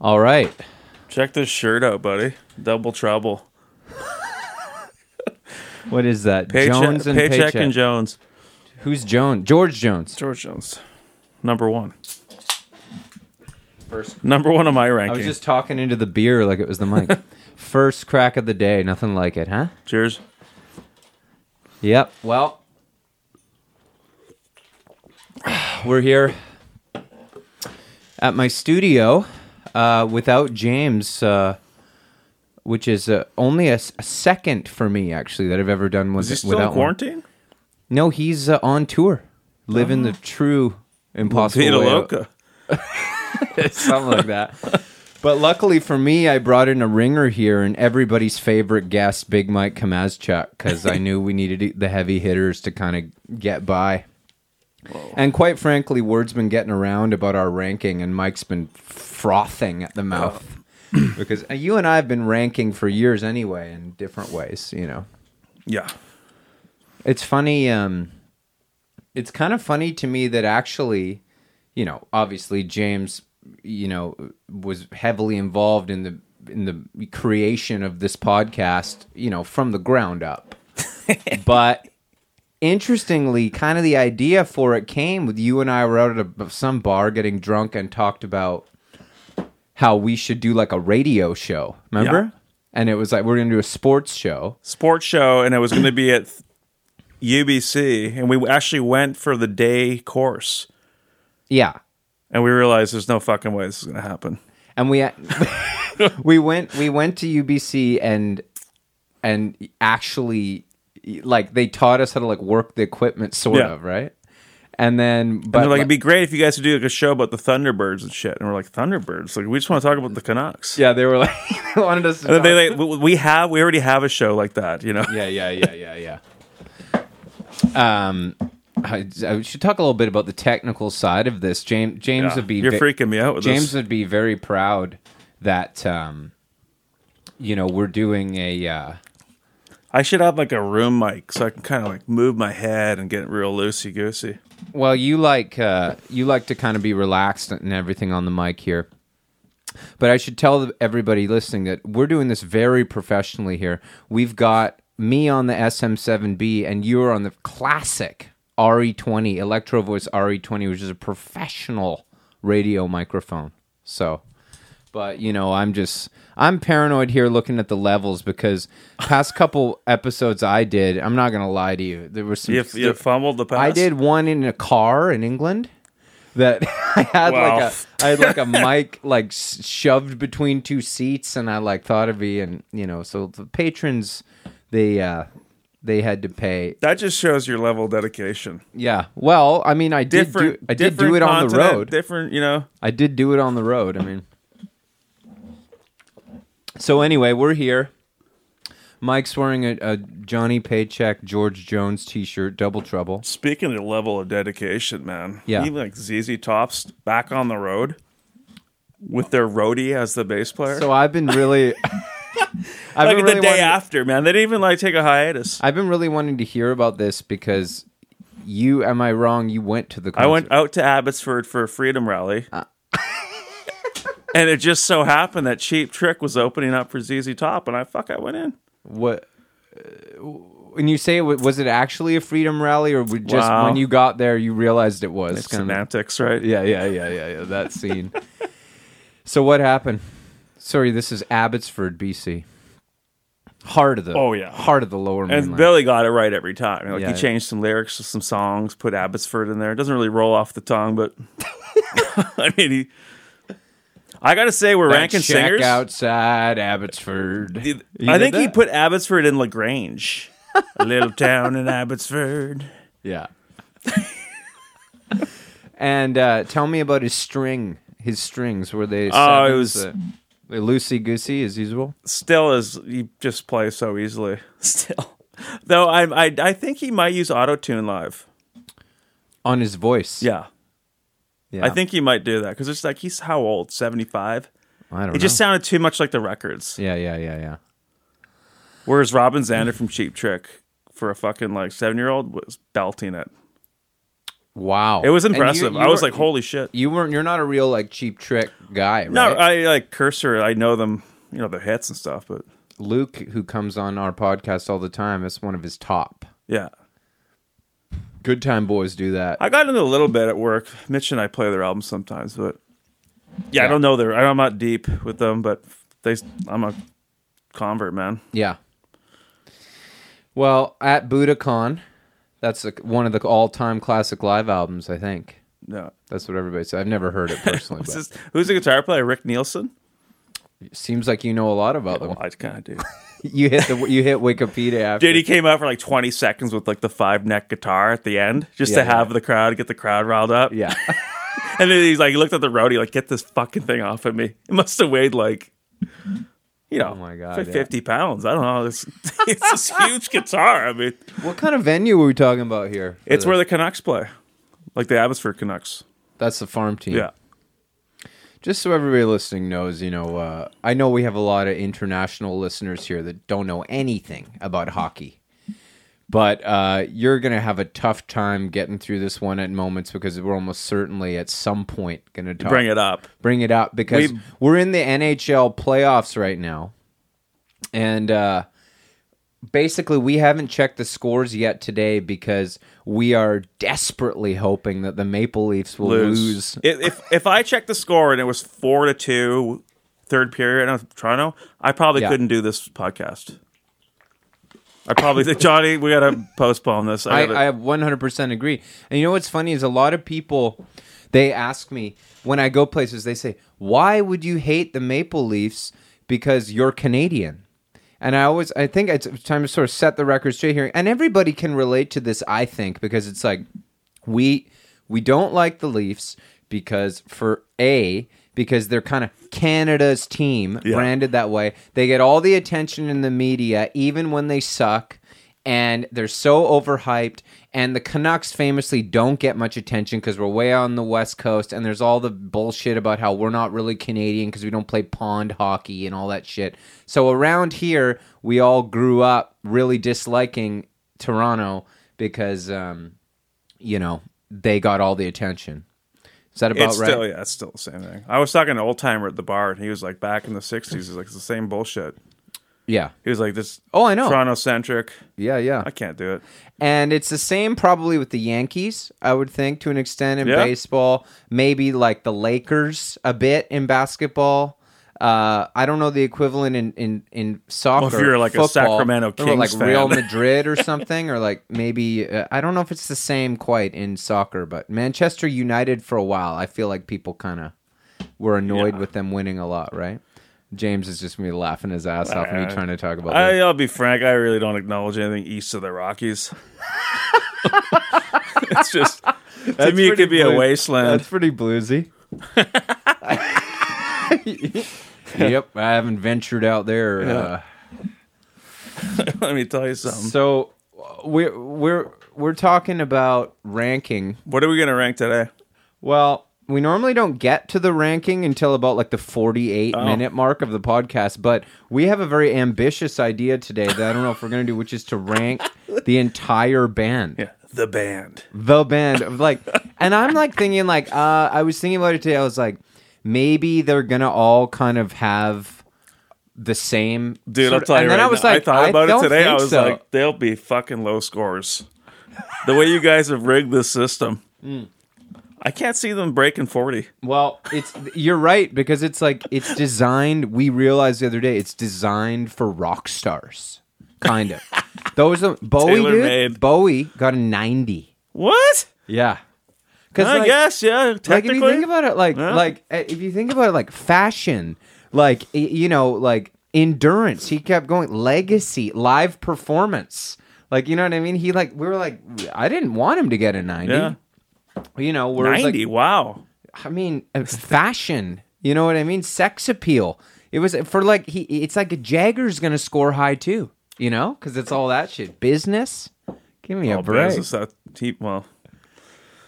All right. Check this shirt out, buddy. Double trouble. What is that? Paycheck, Jones and paycheck, paycheck. and Jones. Who's Jones? George Jones. George Jones, number one. First. Number one on my I was ranking. just talking into the beer like it was the mic. First crack of the day. Nothing like it, huh? Cheers. Yep. Well, we're here at my studio uh, without James, uh, which is uh, only a, s- a second for me actually that I've ever done with, Is he still in without one. quarantine? No, he's uh, on tour, living Oh. the true impossible Vita way out- Loca. something like that. But luckily for me, I brought in a ringer here and everybody's favorite guest, Big Mike Kamazchuk, because I knew we needed the heavy hitters to kind of get by. And quite frankly, word's been getting around about our ranking, and Mike's been frothing at the mouth because uh, you and I have been ranking for years anyway, in different ways. You know, Yeah. it's funny. Um, it's kind of funny to me that actually, you know, obviously James, you know, was heavily involved in the in the creation of this podcast, you know, from the ground up. but interestingly, kind of the idea for it came with you and I were out at a, some bar getting drunk and talked about how we should do like a radio show. Remember? And it was like we're going to do a sports show. Sports show, and it was going to be at UBC, and we actually went for the day course, Yeah. and we realized there's no fucking way this is going to happen. and we we went we went to UBC and and actually like they taught us how to like work the equipment sort Yeah. of right and then but And they're like, like- it'd be great if you guys would do like a show about the Thunderbirds and shit. And we're like, Thunderbirds? Like, we just want to talk about the Canucks. yeah they were like they wanted us to And then talk- they like, we- we have, we already have a show like that, you know? yeah yeah yeah yeah yeah um I, I should talk a little bit about the technical side of this James James would be You're ve- freaking me out with James this. would be very proud that um you know we're doing a uh I should have like a room mic so I can kind of like move my head and get real loosey goosey. Well, you like uh, you like to kind of be relaxed and everything on the mic here. But I should tell everybody listening that we're doing this very professionally here. We've got me on the SM7B and you're on the classic RE20 Electro Voice RE20, which is a professional radio microphone. So, but you know, I'm just I'm paranoid here looking at the levels because past couple episodes I did, I'm not gonna lie to you, there was some You, you fumbled the pass. I did one in a car in England that I had Wow. like a I had like a mic like s- shoved between two seats and I like thought of me and you know so the patrons they uh they had to pay. That just shows your level of dedication. Yeah. Well, I mean I did Different. do I did different do it on the continent, road. Different, you know. I did do it on the road. I mean So anyway, we're here. Mike's wearing a, a Johnny Paycheck George Jones t-shirt, double trouble. Speaking of level of dedication, man. Yeah. Even like ZZ Tops back on the road with their roadie as the bass player. So I've been really I've been like the really day wanting- after, man. They didn't even like take a hiatus. I've been really wanting to hear about this because you am I wrong? You went to the concert. I went out to Abbotsford for a freedom rally. Uh. and it just so happened that Cheap Trick was opening up for ZZ Top, and I fuck, I went in. What? uh, When you say it wa- was it actually a freedom rally, or would just Wow. when you got there you realized it was? kinda- Semantics, right? yeah, yeah, yeah, yeah, yeah. That scene. so what happened? Sorry, this is Abbotsford, BC. Heart of the Oh, yeah. heart of the Lower And Mainland. Billy got it right every time. Like Yeah. he changed some lyrics to some songs, put Abbotsford in there. It doesn't really roll off the tongue, but I mean, he, I gotta say, we're That ranking shack singers. outside Abbotsford. He I did think he that? put Abbotsford in Lagrange, a little town in Abbotsford. Yeah. and uh, tell me about his string. His strings were they? Oh, it sevens, was- uh, loosey goosey as usual. Still, is he just plays so easily? Still, though, I I, I think he might use auto tune live. On his voice. Yeah. Yeah. I think he might do that because it's like he's how old? Seventy five. I don't It know. just sounded too much like the records. yeah, yeah, yeah, yeah. Whereas Robin Zander from Cheap Trick for a fucking like seven year old was belting it. Wow, It was And you- impressive. you I was were- like, holy shit. you weren't. You're not a real like cheap trick guy, right? No, I like cursor. I know them, you know, their hits and stuff, but Luke, who comes on our podcast all the time, that's one of his top. yeah. Good time boys do that. I got into a little bit at work. Mitch and I play their albums sometimes, but yeah, Yeah. I don't know their. I'm not deep with them, but they. I'm a convert, man. yeah. Well, at Budokan, that's like one of the all-time classic live albums. I think Yeah. that's what everybody said. I've never heard it personally, What's but his- who's the guitar player? Rick Nielsen. it seems like you know a lot about them. Well, I kind of do. You hit the you hit Wikipedia after. Dude, he came out for like 20 seconds with like the five neck guitar at the end, just Yeah, to have the crowd get the crowd riled up. Yeah. And then he's like, he looked at the roadie, like, get this fucking thing off of me. It must have weighed like, you know, Oh my God, like yeah. 50 pounds. I don't know. It's, it's this huge guitar. I mean, what kind of venue were we talking about here? it's where the Canucks play, like the Abbotsford Canucks. that's the farm team. Yeah. Just so everybody listening knows, you know, uh, I know we have a lot of international listeners here that don't know anything about hockey, but uh, you're going to have a tough time getting through this one at moments because we're almost certainly at some point going to talk Bring it up. bring it up because We- we, are in the NHL playoffs right now, and uh, basically we haven't checked the scores yet today because we are desperately hoping that the Maple Leafs will lose. If, if if I checked the score and it was four to two, third period of Toronto, I probably Yeah. couldn't do this podcast. I probably think Johnny, we gotta postpone this. I, gotta, I, I 100% agree. And you know what's funny is a lot of people they ask me when I go places they say, "Why would you hate the Maple Leafs because you're Canadian?" And I always I think it's time to sort of set the record straight here. And everybody can relate to this, I think, because it's like we we don't like the Leafs because for A because they're kind of Canada's team Yeah. branded that way. They get all the attention in the media even when they suck and they're so overhyped and the Canucks famously don't get much attention cuz we're way on the west coast and there's all the bullshit about how we're not really Canadian cuz we don't play pond hockey and all that shit. So around here we all grew up really disliking Toronto because um you know, they got all the attention. Is that about it's right? still yeah, it's still the same thing. I was talking to an old timer at the bar, and he was like, back in the '60s, he's like, it's the same bullshit. yeah. He was like, this Oh, I know. Toronto centric. Yeah, yeah. I can't do it. And it's the same probably with the Yankees, I would think, to an extent in Yeah. baseball. Maybe like the Lakers a bit in basketball. Uh, I don't know the equivalent in in in soccer. if you're, like, a football. Sacramento Or, like Kings Real fan. Madrid or something, or like maybe uh, I don't know if it's the same quite in soccer, but Manchester United for a while, I feel like people kind of were annoyed with them winning a lot, right? James is just gonna be laughing his ass off, and me Uh, trying to talk about. I, this. I'll be frank. I really don't acknowledge anything east of the Rockies. it's just to me, it pretty could be blue- a wasteland. That's pretty bluesy. yep, I haven't ventured out there. Uh, um, Let me tell you something. so uh, we're we're we're talking about ranking. What are we gonna rank today? Well, we normally don't get to the ranking until about like the 48 minute mark of the podcast, but we have a very ambitious idea today that I don't know if we're going to do, which is to rank the entire band. the band. the band of like and i'm like thinking like uh i was thinking about it today i was like maybe they're gonna all kind of have the same Dude, sort I'll of- tell you and right then i was now, like I thought about don't it today. I think was so. like, they'll be fucking low scores. the way you guys have rigged this system, Mm. I can't see them breaking forty. well it's you're right because it's like it's designed we realized the other day it's designed for rock stars kind of those are bowie dude, Tailor-made. bowie got a 90 What? yeah because I guess yeah. like if Technically, you think about it like Yeah. like uh, if you think about it like fashion like y- you know like endurance he kept going legacy live performance like you know what i mean he like we were like i didn't want him to get a 90 yeah, you know where it's ninety. like wow. i mean uh, fashion you know what i mean sex appeal it was for like he it's like a jagger's gonna score high too you know because it's all that shit business give me a Oh, break Bezos, that he- well,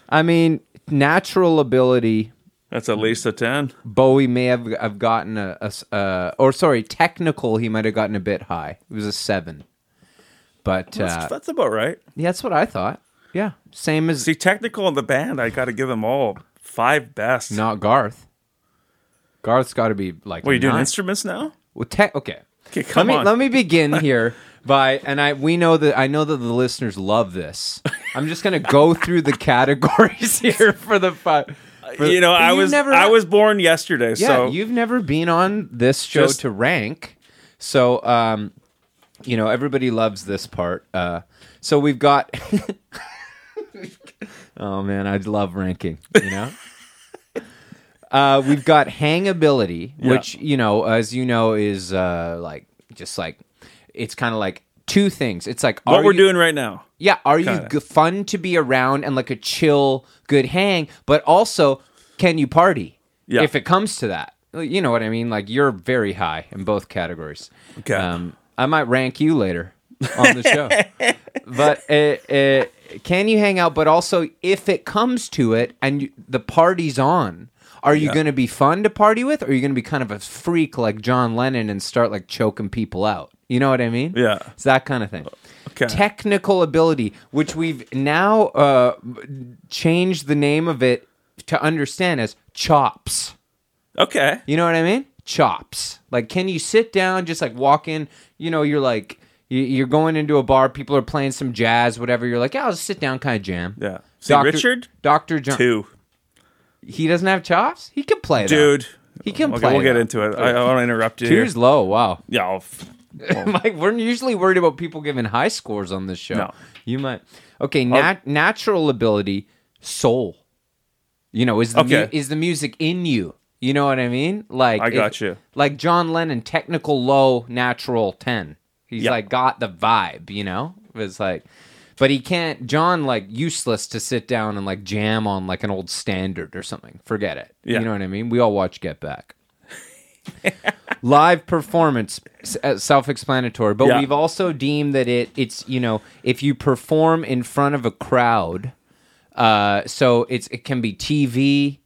i mean natural ability that's at least a ten. Bowie may have have gotten a, a s- uh, or sorry, technical he might have gotten a bit high. It was a seven, but uh, That's, that's about right. yeah, that's what I thought. Yeah, same as See, technical in the band, I got to give them all five best. not Garth. Garth's got to be like. What are you doing? nine. Instruments now? Well, te- okay. Okay, come let me on. let me begin here by and I we know that I know that the listeners love this. I'm just gonna go through the categories here for the fun. for- you know, but I you've was Uh, never- I was born yesterday, yeah. so You've never been on this show Just- to rank, so um, you know everybody loves this part. Uh, so we've got. oh man, I love ranking. You know. Uh, we've got hangability, which you know, as you know, is uh, like just like it's kind of like two things. It's like what are we're you- doing right now. yeah, are you Kinda. g- fun to be around and like a chill, good hang, but also can you party? Yeah. If it comes to that, you know what I mean. Like you're very high in both categories. Um, Okay. I might rank you later on the show, but uh, uh, can you hang out? But also, if it comes to it and you, the party's on. Are you going to be fun to party with, or are you going to be kind of a freak like John Lennon and start like choking people out? You know what I mean? Yeah. it's that kind of thing Uh, Okay. technical ability, which we've now uh, changed the name of it to understand as chops. Okay. You know what I mean? Chops. Like, can you sit down, just like walk in? You know, you're like, you- you're going into a bar, people are playing some jazz, whatever. You're like, yeah, I'll just sit down, kind of jam. Yeah. See, Richard? Dr. John. Two. He doesn't have chops? He can play that. Dude. He can Okay, play. we'll get that. into it. I, I don't want to interrupt you. here. Two's low. Wow. Yeah. I'll f- Mike, we're usually worried about people giving high scores on this show. No. You might. Okay, nat- natural ability, soul. You know, is the mu- Okay. is the music in you? You know what I mean? Like I if- got you. Like John Lennon, technical low, natural ten. He's Yeah. like got the vibe. You know, it's like, but he can't. John like useless to sit down and like jam on like an old standard or something. Forget it. Yeah. You know what I mean? We all watch Get Back live performance s- uh, self-explanatory but Yeah. we've also deemed that it it's you know if you perform in front of a crowd uh so it's it can be tv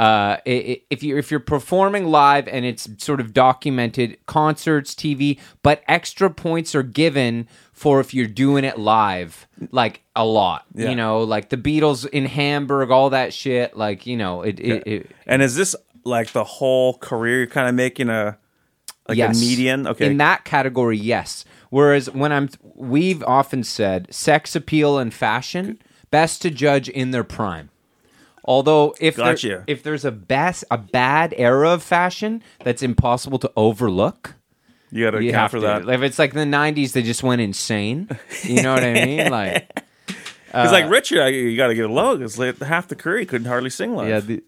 uh, i- i- if you if you're performing live and it's sort of documented concerts, TV, but extra points are given for if you're doing it live, like a lot. Yeah. You know, like the Beatles in Hamburg, all that shit. Like you know, it, it, it and is this like the whole career you're kind of making a like a median? Okay. In that category, yes. Whereas when I'm, we've often said sex appeal and fashion best to judge in their prime. Although if there- Gotcha. if there's a best a bad era of fashion that's impossible to overlook, you got to you account have for to. that. If it's like the '90s, they just went insane. You know what I mean? Like Because uh, like Richard, I, you got to give it low because like, half the career he couldn't hardly sing live. yeah, the,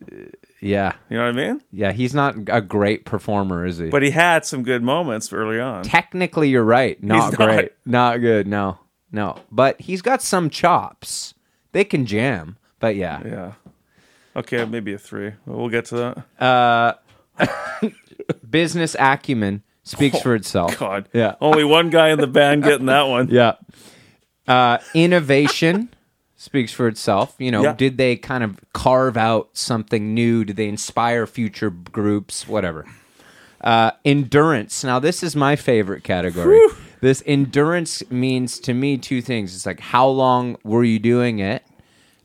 yeah, you know what I mean? yeah. He's not a great performer, is he? But he had some good moments early on. technically you're right. Not He's not. great. Not. good. No. No. But he's got some chops. They can jam. But yeah. Yeah. Okay, maybe a three. We'll get to that. Business acumen speaks for itself. God. Yeah. Only one guy in the band getting that one. Yeah. Uh, innovation speaks for itself. You know, Yeah. did they kind of carve out something new? Did they inspire future groups? Whatever. Uh, endurance. Now, this is my favorite category. This endurance means to me two things. It's like, how long were you doing it?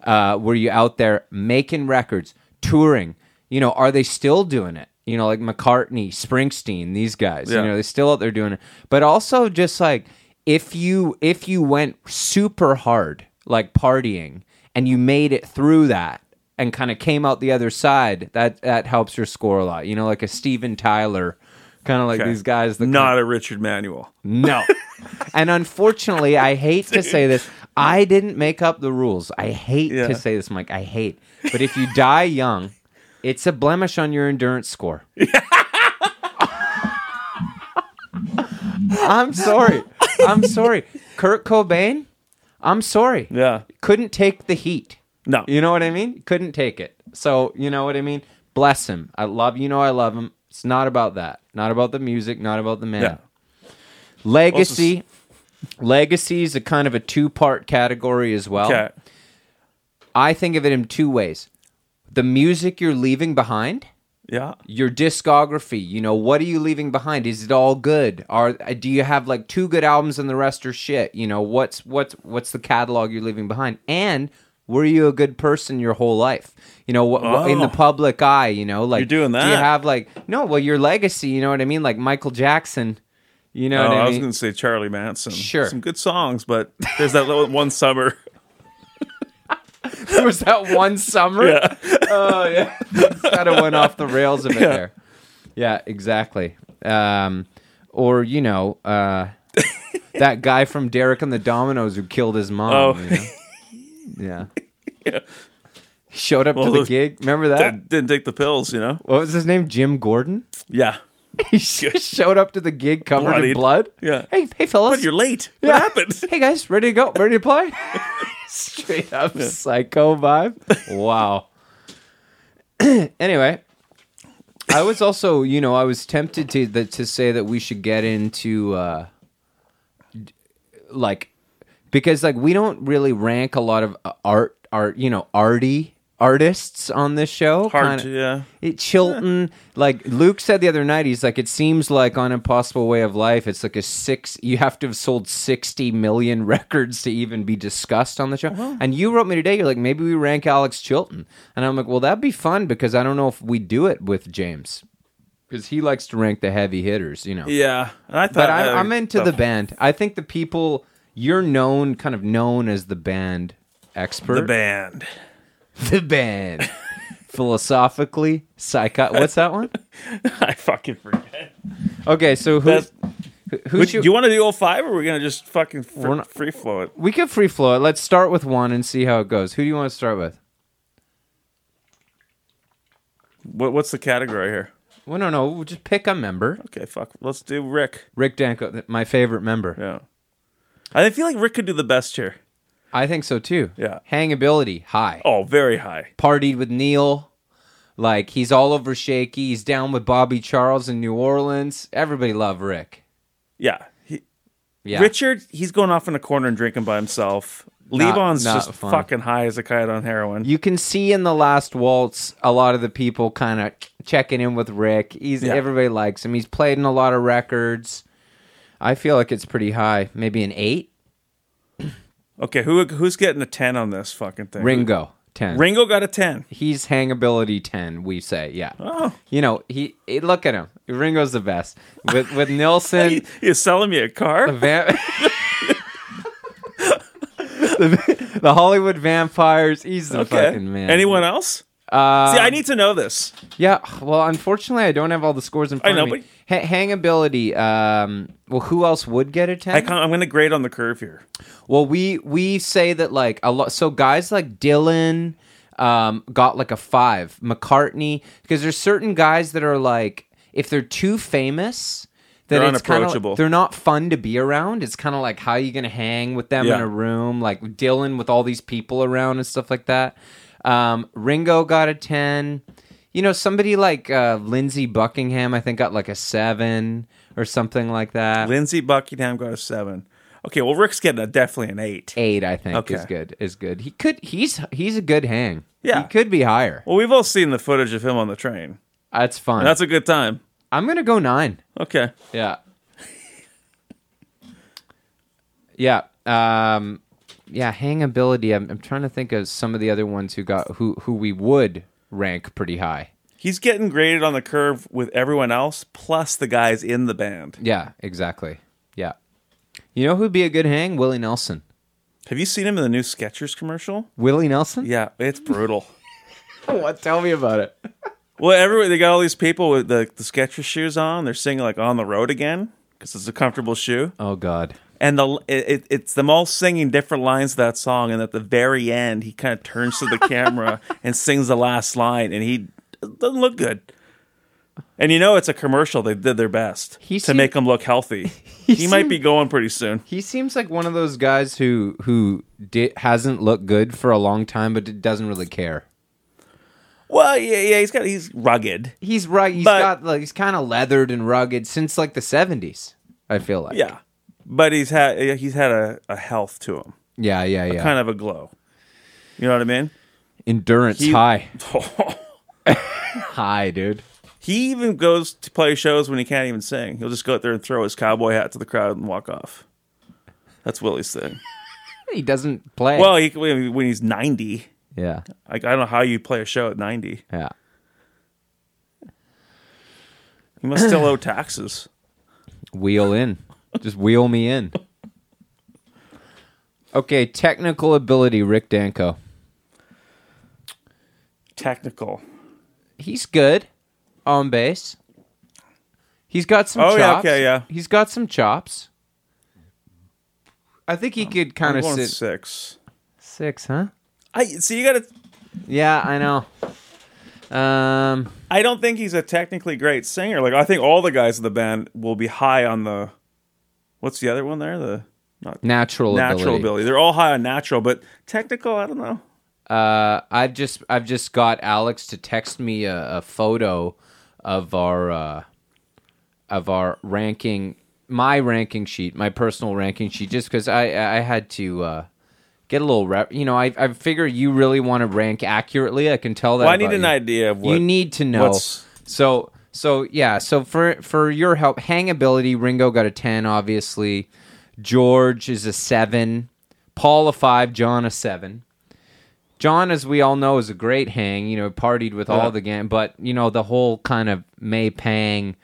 Uh, were you out there making records, touring? You know, are they still doing it? You know, like McCartney, Springsteen, these guys. Yeah. You know, they're still out there doing it. But also, just like if you if you went super hard, like partying, and you made it through that and kind of came out the other side, that that helps your score a lot. You know, like a Steven Tyler, kind of like Okay. these guys. That Not a Richard Manuel. no. and unfortunately, I hate to say this. I didn't make up the rules. I hate Yeah. to say this, Mike. I hate. But if you die young, it's a blemish on your endurance score. I'm sorry. I'm sorry. Kurt Cobain, I'm sorry. Yeah. Couldn't take the heat. No. You know what I mean? Couldn't take it. So, you know what I mean? Bless him. I love you know I love him. It's not about that. Not about the music, not about the man. Yeah. Legacy. Legacy is a kind of a two-part category as well. Okay. I think of it in two ways. The music you're leaving behind Yeah. your discography you know what are you leaving behind is it all good are do you have like two good albums and the rest are shit you know what's what's what's the catalog you're leaving behind and were you a good person your whole life you know what, in the Oh. public eye you know like You're doing do you that. have like no well your legacy you know what i mean like michael jackson you know Oh, what I, i was mean going to say Charlie Manson. Sure. Some good songs, but there's that little one summer. there was that one summer Yeah. oh yeah, kind of went off the rails a bit there. Yeah, exactly. Um, or you know, uh, that guy from Derek and the Dominoes who killed his mom. Oh. you know? yeah. Showed up to the those- gig. Remember that? Didn't, didn't take the pills, you know? What was his name? Jim Gordon. Yeah. He just showed up to the gig covered in Bloodied. blood. Yeah. Hey, hey, fellas. But you're late. Yeah. What happened? Hey guys, ready to go? Ready to play? Straight up psycho vibe. Wow. anyway, I was also, you know, I was tempted to that to say that we should get into uh d- like because like we don't really rank a lot of uh, art art, you know, arty artists on this show. Hard Kinda- to, yeah. it Chilton, like Luke said the other night, he's like, it seems like on Impossible Way of Life, it's like a six. You have to have sold sixty million records to even be discussed on the show. Uh-huh. And you wrote me today, you're like, maybe we rank Alex Chilton, and I'm like, well, that'd be fun because I don't know if we do it with James because he likes to rank the heavy hitters, you know. Yeah. And I thought But uh, I'm, I'm into the the band. I think the people you're known, kind of known as the band expert The band. the band. Philosophically, psycho. What's that one? I fucking forget. Okay, so who? That's- Who Would, should, do you want to do all five, or we are going to just fucking fr- We're not- free flow it? we could free flow it. Let's start with one and see how it goes. Who do you want to start with? What, what's the category here? Well, no, no. We'll just pick a member. Okay, fuck. Let's do Rick. Rick Danko, th- my favorite member. Yeah. I feel like Rick could do the best here. I think so too. Yeah. Hangability high. Oh, very high. Partied with Neil. Like he's all over shaky. He's down with Bobby Charles in New Orleans. Everybody love Rick. Yeah. He, Yeah. Richard, he's going off in a corner and drinking by himself. Not- Levon's not just fun. fucking high as a kite on heroin. You can see in the last waltz a lot of the people kind of checking in with Rick. He's Yeah. everybody likes him. He's played in a lot of records. I feel like it's pretty high. Maybe an eight. Okay, who who's getting a ten on this fucking thing? Ringo ten. Ringo got a ten. He's hangability ten. We say yeah. Oh. You know he, he- look at him. Ringo's the best with with Nilsson. He's selling me a car. Van- the, the Hollywood vampires. He's the Okay. fucking man. Anyone else? Uh, See, I need to know this. Yeah, well, unfortunately, I don't have all the scores in front know, of me. Ha- hangability. Um, well, who else would get a ten? I can't, I'm going to grade on the curve here. well, we we say that like a lot. So guys like Dylan um, got like a five. McCartney, because there's certain guys that are like if they're too famous. That They're it's kinda like- unapproachable. they're not fun to be around. It's kind of like how you gonna hang with them Yeah. in a room, like Dylan with all these people around and stuff like that. Um, Ringo got a ten. You know, somebody like uh, Lindsey Buckingham, I think, got like a seven or something like that. Lindsey Buckingham got a seven. Okay, well, Rick's getting a definitely an eight. eight i think is Okay. good is good he could he's he's a good hang Yeah. he could be higher Well, we've all seen the footage of him on the train. that's fine That's a good time. i'm gonna go nine Okay. yeah yeah um yeah hangability I'm, I'm trying to think of some of the other ones who got who who we would rank pretty high He's getting graded on the curve with everyone else, plus the guys in the band. yeah exactly yeah you know who'd be a good hang willie nelson Have you seen him in the new Skechers commercial? willie nelson Yeah, it's brutal. what tell me about it well, everyone they got all these people with the, the Skechers shoes on. They're singing like "On the Road Again" because it's a comfortable shoe, oh god and the it, it, it's them all singing different lines of that song. And at the very end, he kind of turns to the camera and sings the last line, and he doesn't look good. And you know it's a commercial. They did their best He to seem- make him look healthy. He, might seem- be going pretty soon. He seems like one of those guys who who di- hasn't looked good for a long time, but d- doesn't really care. Well, yeah, yeah, he's got he's rugged. He's right. He's But- got like he's kind of leathered and rugged since like the seventies. I feel like. Yeah, but he's had he's had a, a health to him, Yeah. Yeah. Yeah. kind of a glow. You know what I mean? Endurance He- high. High, dude. He even goes to play shows when he can't even sing. He'll just go out there and throw his cowboy hat to the crowd and walk off. That's Willie's thing. He doesn't play. Well, he, when he's 90, yeah, like, I don't know how you play a show at 90. yeah. You must still owe taxes. Wheel in. Just wheel me in. Okay, technical ability, Rick Danko. Technical. He's good on base. He's got some Oh, chops. yeah, okay, yeah. He's got some chops. I think he could kind I'm of going sit six. six, huh? I see. You got to. Yeah, I know. Um, I don't think he's a technically great singer. Like I think all the guys in the band will be high on the. What's the other one there? The not natural, natural ability. ability. They're all high on natural, but technical. I don't know. Uh, I've just I've just got Alex to text me a, a photo of our uh, of our ranking my ranking sheet, my personal ranking sheet, just because I I had to uh, get a little rep. You know, I I figure you really want to rank accurately. I can tell that. Well, I need about an you. idea of what you need to know. what's- So so yeah. So for for your help, hangability, Ringo got a ten, obviously. George is a seven. Paul a five. John a seven. John, as we all know, is a great hang. You know, partied with Yeah. all the gang, but you know the whole kind of May Pang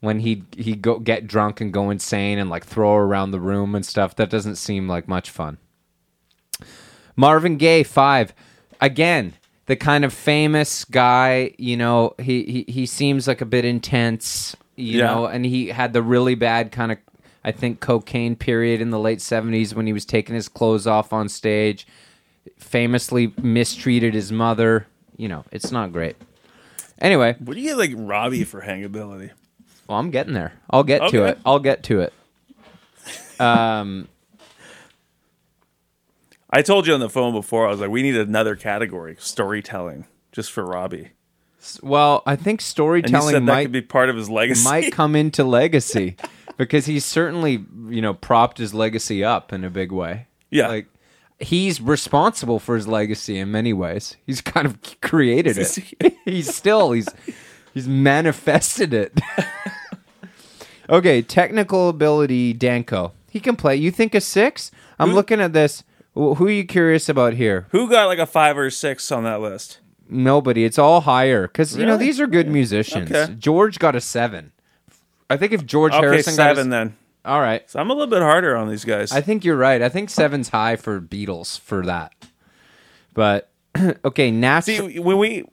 when he he go get drunk and go insane and like throw around the room and stuff. That doesn't seem like much fun. Marvin Gaye five, again the kind of famous guy. You know, he he, he seems like a bit intense. You Yeah. know, and he had the really bad kind of I think cocaine period in the late seventies when he was taking his clothes off on stage famously mistreated his mother. You know, it's not great. Anyway, What do you get like Robbie for hangability? well, I'm getting there. I'll get to Okay. it. I'll get to it. I told you on the phone before. I was like, we need another category, storytelling, just for Robbie. S- Well, I think And he storytelling said that might could be part of his legacy. might come into legacy because he's certainly you know propped his legacy up in a big way. Yeah. like he's responsible for his legacy in many ways. He's kind of created it. he's still he's he's manifested it. okay, technical ability, Danko. He can play. You think a six? I'm looking at this. Wh- Who are you curious about here? Who got like a five or a six on that list? Nobody. It's all higher because you know Really? these are good musicians. Okay. George got a seven. I think if George Okay, Harrison got a seven s- then. all right, So I'm a little bit harder on these guys. I think you're right. I think seven's high for Beatles for that. But okay, natural. See, when we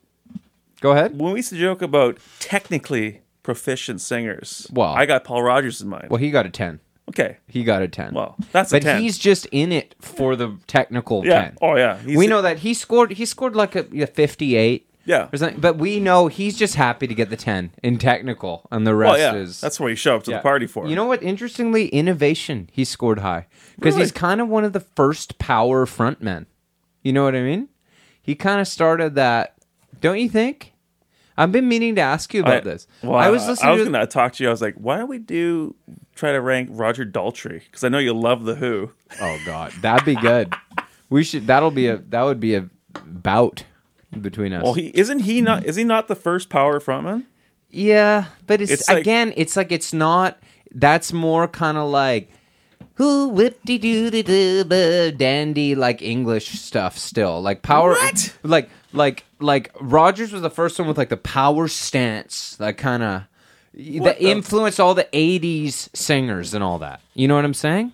Go ahead. when we used to joke about technically proficient singers, Well- I got Paul Rogers in mind. Well, he got a ten. okay, He got a ten. well, that's but a ten. he's just in it for the technical yeah. ten. Oh yeah, He's- we know that he scored. He scored like a, a fifty-eight. Yeah. or something, But we know he's just happy to get the ten in technical, and the rest Well, Oh, yeah, is that's what you show up to Yeah. the party for. You know what? Interestingly, innovation. He scored high because Really? he's kind of one of the first power frontmen. You know what I mean? He kind of started that, don't you think? I've been meaning to ask you about this. Well, I was listening. I was to, going to talk to you. I was like, why don't we do try to rank Roger Daltrey because I know you love the Who. Oh God, that'd be good. we should. That'll be a. That would be a bout between us. Well, he isn't he not is he not the first power frontman? Yeah, but it's, It's like- again, it's like it's not. That's more kind of like who whip de doo de doo ba dandy like English stuff still like power What? like like like Rogers was the first one with like the power stance that kind of that the- influenced all the '80s singers and all that. You know what I'm saying?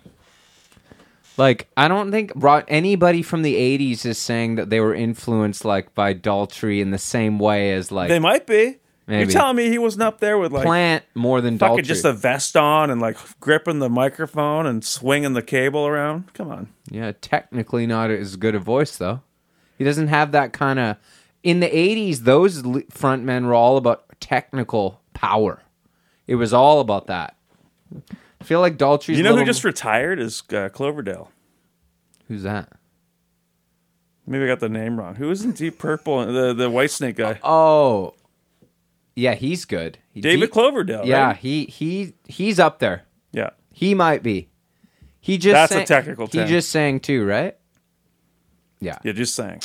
Like I don't think Ro- anybody from the '80s is saying that they were influenced like by Daltrey in the same way as like They might be. Maybe. You're telling me he wasn't up there with like plant more than Daltrey. fucking just a vest on and like gripping the microphone and swinging the cable around? Come on. yeah, technically not as good a voice though. He doesn't have that kind of. In the '80s, those le- front men were all about technical power. It was all about that. I feel like Daltrey's. You know who little- just retired is uh, Cloverdale. who's that? Maybe I got the name wrong. Who is in Deep Purple? The the White Snake guy, Oh, yeah, he's good. He- David he- Cloverdale. right? Yeah, he he he's up there. yeah. He might be. He just That's a sang, technical He 10. just sang too, right? Yeah. Yeah, just saying.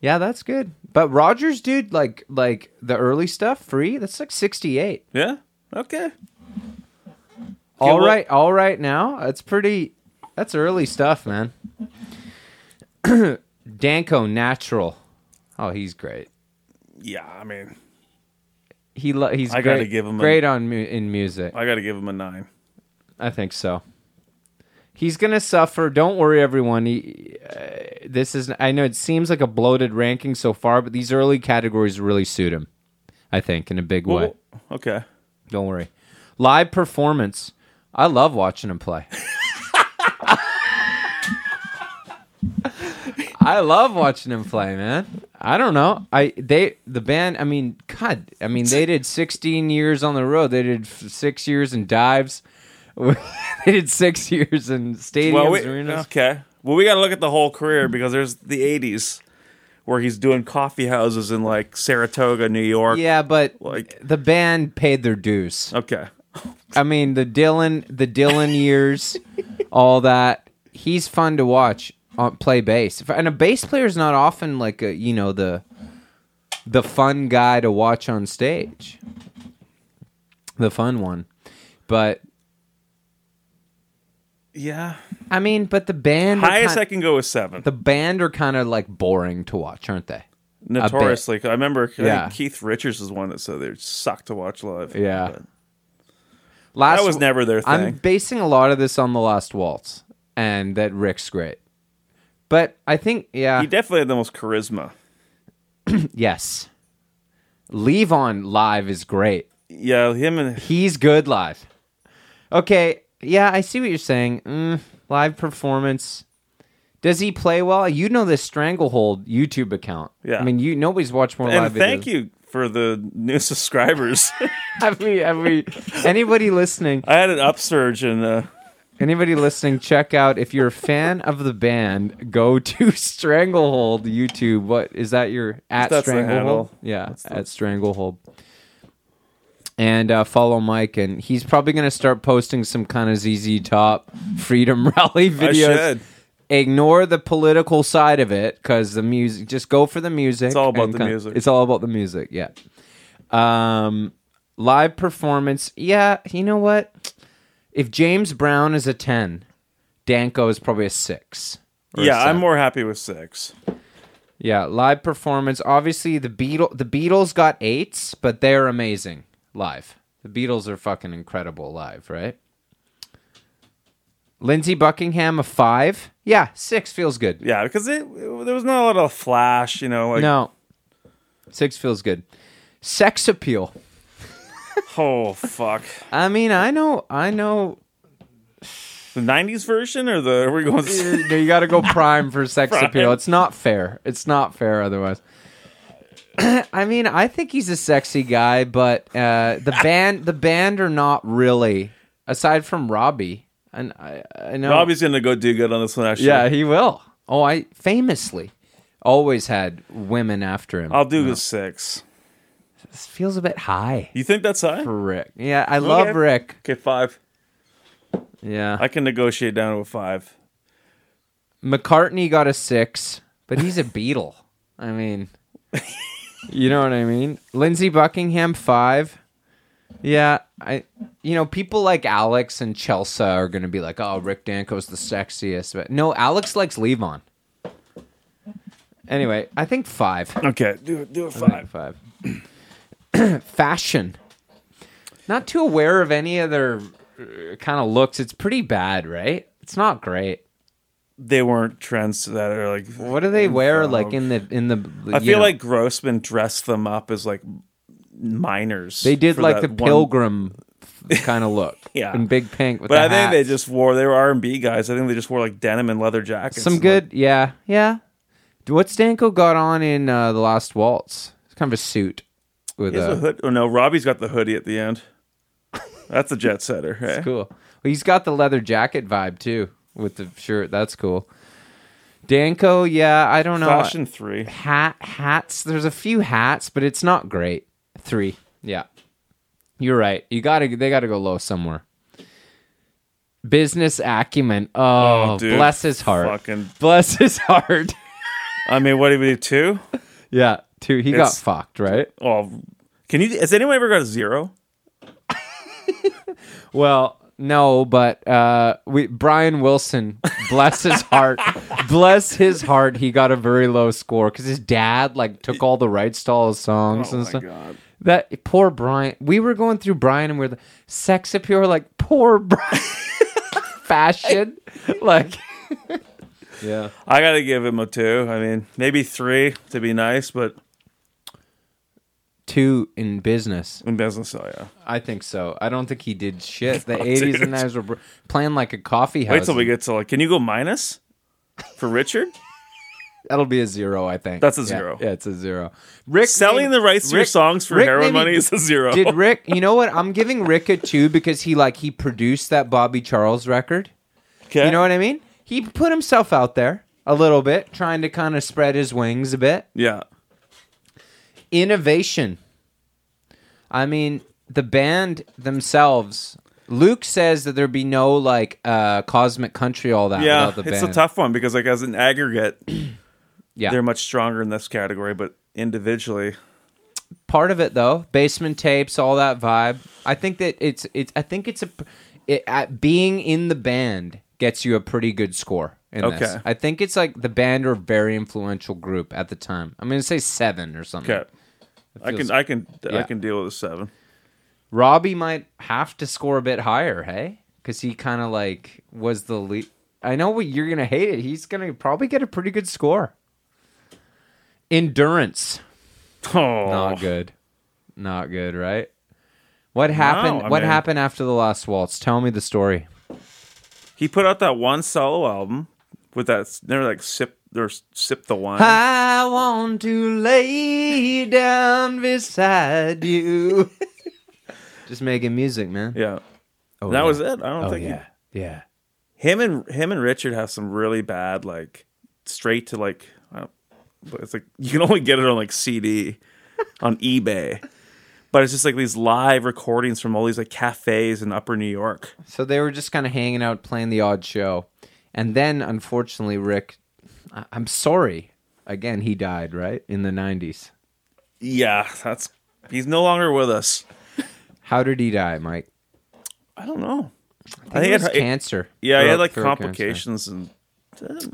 Yeah, that's good. But Rogers, dude, like like the early stuff, free. That's like sixty eight. Yeah. Okay. all well- right, all right. Now that's pretty. That's early stuff, man. Danko Natural. Oh, he's great. Yeah. I mean, He lo- he's I great. gotta give him a- great on mu- in music. I got to give him a nine. I think so. He's gonna suffer. Don't worry, everyone. He, uh, this is. I know it seems like a bloated ranking so far, but these early categories really suit him. I think in a big way. Okay. Don't worry. Live performance. I love watching him play. I love watching him play, man. I don't know. I they the band. I mean, God. I mean, they did 16 years on the road. They did f- six years in dives. they did six years in stadiums, Well, we, uh, arenas. okay. Well, we got to look at the whole career because there's the '80s where he's doing coffee houses in like Saratoga, New York. Yeah, but Like- the band paid their dues. Okay. I mean, the Dylan, the Dylan years, all that. He's fun to watch on play bass, and a bass player is not often like a you know the the fun guy to watch on stage, the fun one. But Yeah. I mean, but the band, are Highest kin- I can go is seven. the band are kind of like boring to watch, aren't they? Notoriously, I remember. I think Yeah. Keith Richards is one that said they suck to watch live. Yeah. But Last that was never their thing. I'm basing a lot of this on the Last Waltz, and that Rick's great. But I think yeah, he definitely had the most charisma. Yes. Levon live is great. Yeah, him and He's good live. Okay, yeah, I see what you're saying. Mm, live performance. Does he play well? You know this Stranglehold YouTube account. Yeah. I mean, you nobody's watched more live and thank videos. you for the new subscribers. Every, every, anybody listening, I had an upsurge in uh, anybody listening, check out if you're a fan of the band, go to Stranglehold YouTube. What is that? Your at That's the Stranglehold? handle. Yeah, at Stranglehold. And uh, follow Mike, and he's probably going to start posting some kind of ZZ Top Freedom Rally videos. should. Ignore the political side of it because the music. Just go for the music. It's all about the music. It's all about the music. Yeah. Um, live performance. Yeah, you know what? If James Brown is a ten, Danko is probably a six. or a yeah. I'm seven. more happy with six. Yeah, live performance. Obviously, the Beatle the Beatles got eights, but they're amazing live. The Beatles are fucking incredible live, right? Lindsey Buckingham a five. Yeah, six feels good. Yeah, because it, it- there was not a lot of flash. You know, like No, six feels good. Sex appeal. oh fuck, I mean, I know, I know. the '90s version or the are we going? You you gotta go prime for sex appeal. It's not fair. It's not fair otherwise. I mean, I think he's a sexy guy, but uh, the band, the band are not really. Aside from Robbie, and I, I know Robbie's gonna go do good on this one. Actually, Yeah, he will. Oh, I famously always had women after him. I'll do the six. This feels a bit high You think that's high? for Rick. Yeah, I love Rick. Okay, five. Yeah, I can negotiate down to a five. McCartney got a six, but he's a Beatle. I mean, you know what I mean. Lindsey Buckingham five. Yeah, I. You know, people like Alex and Chelsea are gonna be like, "Oh, Rick Danko's the sexiest," but no, Alex likes Levon. Anyway, I think five. Okay, do do a I think five. Five. Fashion. Not too aware of any other kind of looks. It's pretty bad, right? It's not great. They weren't trends that are like. What do they wear like in the in the? I you feel know, like Grossman dressed them up as like minors. they did for like the that one- pilgrim kind of look. Yeah. in big pink. With But the I think they hats. just wore. They were R and B guys. I think they just wore like denim and leather jackets. some and, good. yeah, yeah. What Stanko got on in uh, the Last Waltz? It's kind of a suit with uh, Like, a, Is a hood. Oh no, Robbie's got the hoodie at the end. That's a jet setter. eh? cool. Well, he's got the leather jacket vibe too with the shirt. That's cool. Danko, yeah, I don't know. Fashion three. hat hats. There's a few hats, but it's not great. Three. Yeah, you're right. You gotta they gotta go low somewhere. Business acumen. Oh, Oh, dude. bless his heart. Fucking Bless his heart. I mean, what did we do? Two? Yeah, two. He got It's- fucked, right? Oh, can you? Has anyone ever got a zero? Well, no, but uh, we Brian Wilson, bless his heart, bless his heart, he got a very low score because his dad like took all the rights to all his Oh songs and stuff. God. That poor Brian. We were going through Brian and we are the sex appeal, we're like poor Brian. fashion, like yeah. I gotta give him a two. I mean, maybe three to be nice, but Two in business. in business, oh yeah. I think so. I don't think he did shit. The Oh, 80s dude. and 90s were br- playing like a coffee house. Wait till we get to like. Can you go minus for Richard? That'll be a zero, I think. That's a Yeah, zero. Yeah, it's a zero. Rick Selling the rights to your Rick- songs for Rick maybe- heroin money is a zero. Did Rick? You know what? I'm giving Rick a two because he like he produced that Bobby Charles record. okay. You know what I mean? He put himself out there a little bit, trying to kind of spread his wings a bit. Yeah. Innovation. I mean, the band themselves. Luke says that there'd be no like uh cosmic country, all that. Yeah, without the it's a band. tough one because like as an aggregate, Yeah, they're much stronger in this category, but individually, part of it though basement tapes all that vibe i think that it's it's i think it's a it, at being in the band gets you a pretty good score in this Okay. i think it's like the band or very influential group at the time i'm gonna say seven or something okay. I feels- can I can I yeah. can deal with a seven. robbie might have to score a bit higher hey because he kind of like was the lead i know what you're gonna hate it he's gonna probably get a pretty good score endurance Oh, Not good. Not good, right? What happened? I what mean- happened after the last waltz? Tell me the story. he put out that one solo album with that. They're like sip or sip the wine. I want to lay down beside you. Just making music, man. Yeah, Oh, And that yeah. was it. I don't Oh think he- yeah, yeah. him and him and Richard have some really bad like straight to like. I don't, but it's like you can only get it on like CD, on eBay. But it's just like these live recordings from all these like cafes in Upper New York. So they were just kind of hanging out, playing the odd show, and then unfortunately, Rick, I- I'm sorry. Again, he died right in the '90s. Yeah, that's he's no longer with us. How did he die, Mike? I don't know. I think it was had- cancer. yeah, he had Throat- like throat cancer. complications and eh,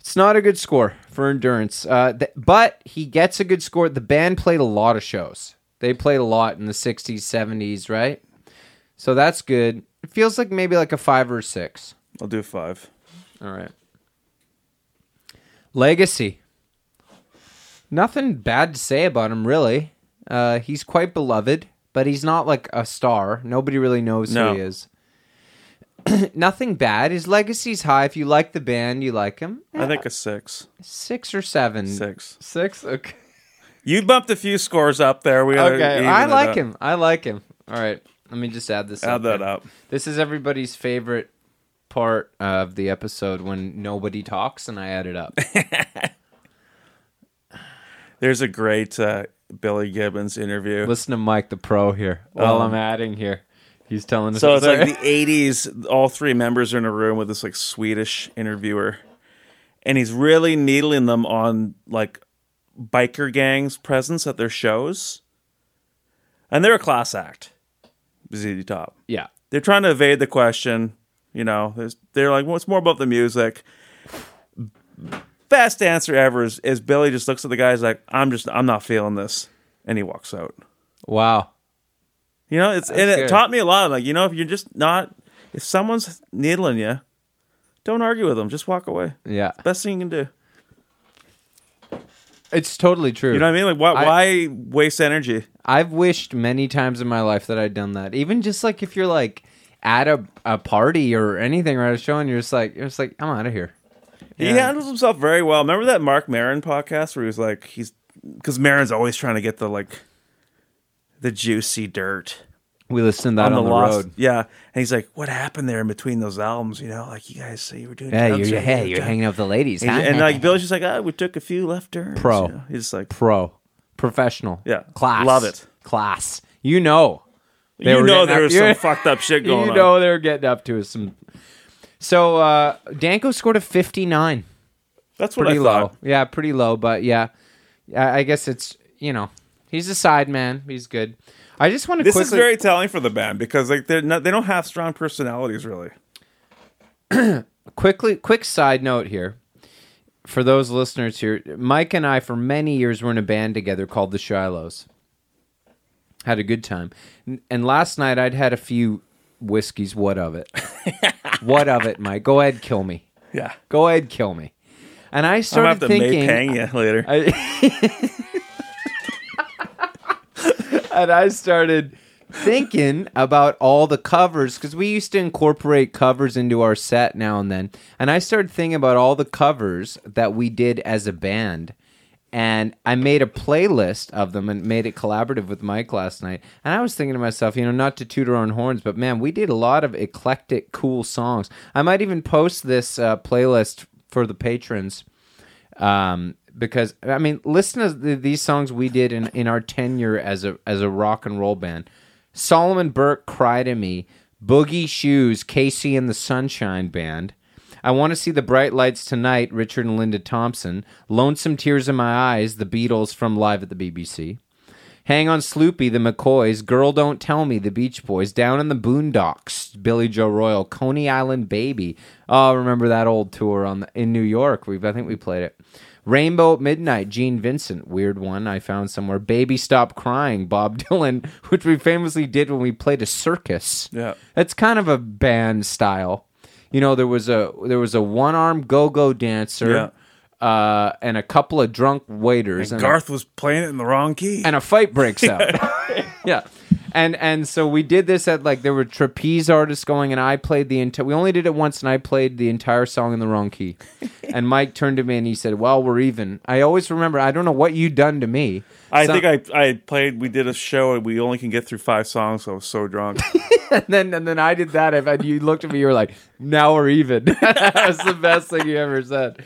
It's not a good score for endurance, uh, th- but he gets a good score. The band played a lot of shows. They played a lot in the '60s, '70s, right? So that's good. It feels like maybe like a five or six. I'll do five. All right. Legacy. Nothing bad to say about him, really. Uh, he's quite beloved, but he's not like a star. Nobody really knows No. who he is. Nothing bad. His legacy's high. If you like the band, you like him. I think a six. Six or seven. Six. Six? Okay. You bumped a few scores up there. We gotta Okay. even I it like up. him. I like him. All right. Let me just add this Add up that here. up. This is everybody's favorite part of the episode when nobody talks and I add it up. There's a great uh, Billy Gibbons interview. Listen to Mike the Pro here while I'm adding here. He's telling us. Um, So it's Sorry. like the 80s. All three members are in a room with this like Swedish interviewer, and he's really needling them on like biker gangs' presence at their shows. And they're a class act, ZZ Top. yeah. They're trying to evade the question. You know, There's- they're like, well, it's more about the music. Best answer ever is, is Billy just looks at the guys like, I'm just, I'm not feeling this. And he walks out. Wow. You know, it's and good. it taught me a lot. Like, you know, if you're just not, if someone's needling you, don't argue with them. Just walk away. Yeah. Best thing you can do. It's totally true. You know what I mean? Like, why, I- why waste energy? I've wished many times in my life that I'd done that. Even just like if you're like at a, a party or anything or at a show and you're just like you're just like, I'm out of here. He handles himself very well. Remember that Mark Marin podcast where he was like, he's because Marin's always trying to get the like, the juicy dirt We listened to that on, the, lost- road. Yeah, and he's like, what happened there in between those albums? You know, like you guys say you were doing. Yeah, drugs you're, or hey, you're drugs. hanging out with the ladies, huh? And, and like Billy's just like, oh, we took a few left turns. Pro. You know? He's just like, pro, professional, Yeah. class, Love it. class. You know, they you were getting know there up- was you're- some fucked up shit going you on. know they're getting up to some. So uh, Danko scored a 59. That's what pretty I thought. low. Yeah, pretty low, but yeah, I, I guess it's you know he's a side man. He's good. I just want to This quickly. is very telling for the band because like they're not they don't have strong personalities really. quickly quick side note here for those listeners here mike and i for many years were in a band together called the shilohs had a good time N- and last night i'd had a few whiskeys what of it what of it mike go ahead kill me Yeah. go ahead kill me and i I'm gonna started have to thinking may pang you later. and I started thinking about all the covers because we used to incorporate covers into our set now and then. And I started thinking about all the covers that we did as a band. And I made a playlist of them and made it collaborative with Mike last night. And I was thinking to myself, you know, not to toot our own horns, but man, we did a lot of eclectic, cool songs. I might even post this uh, playlist for the patrons um, because I mean, listen to th- these songs we did in, in our tenure as a as a rock and roll band. Solomon Burke, "Cry to Me," Boogie Shoes, Casey and the Sunshine Band. I want to see the bright lights tonight. Richard and Linda Thompson, "Lonesome Tears in My Eyes," The Beatles from Live at the BBC. Hang on Sloopy, The McCoys, Girl Don't Tell Me, The Beach Boys, Down in the Boondocks, Billy Joe Royal, Coney Island Baby. Oh, remember that old tour on the, in New York? We I think we played it. Rainbow at Midnight, Gene Vincent, weird one I found somewhere. Baby Stop Crying, Bob Dylan, which we famously did when we played a circus. Yeah. That's kind of a band style. You know, there was a there was a one arm go go dancer uh, and a couple of drunk waiters and a- Garth was playing it in the wrong key. and a fight breaks out. yeah. And and so we did this at like there were trapeze artists going and I played the entire we only did it once and I played the entire song in the wrong key. and Mike turned to me and he said, "Well, we're even." I always remember I don't know what you done to me. I So- think I I played. We did a show and we only can get through five songs. So I was so drunk. and then and then I did that and you looked at me you were like, "Now we're even." that was the best thing you ever said.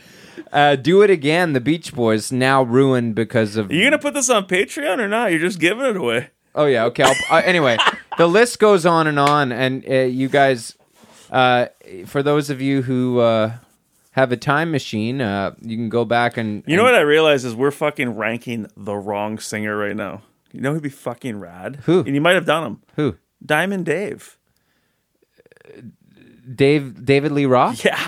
Uh, do it again. The Beach Boys now ruined because of Are you gonna put this on Patreon or not? You're just giving it away. Oh yeah, okay. I'll, uh, anyway, the list goes on and on, and uh, you guys, uh, for those of you who uh, have a time machine, uh, you can go back and You know what I realize is we're fucking ranking the wrong singer right now. You know who'd be fucking rad? Who? And you might have done him. who Diamond Dave. Dave David Lee Roth. Yeah.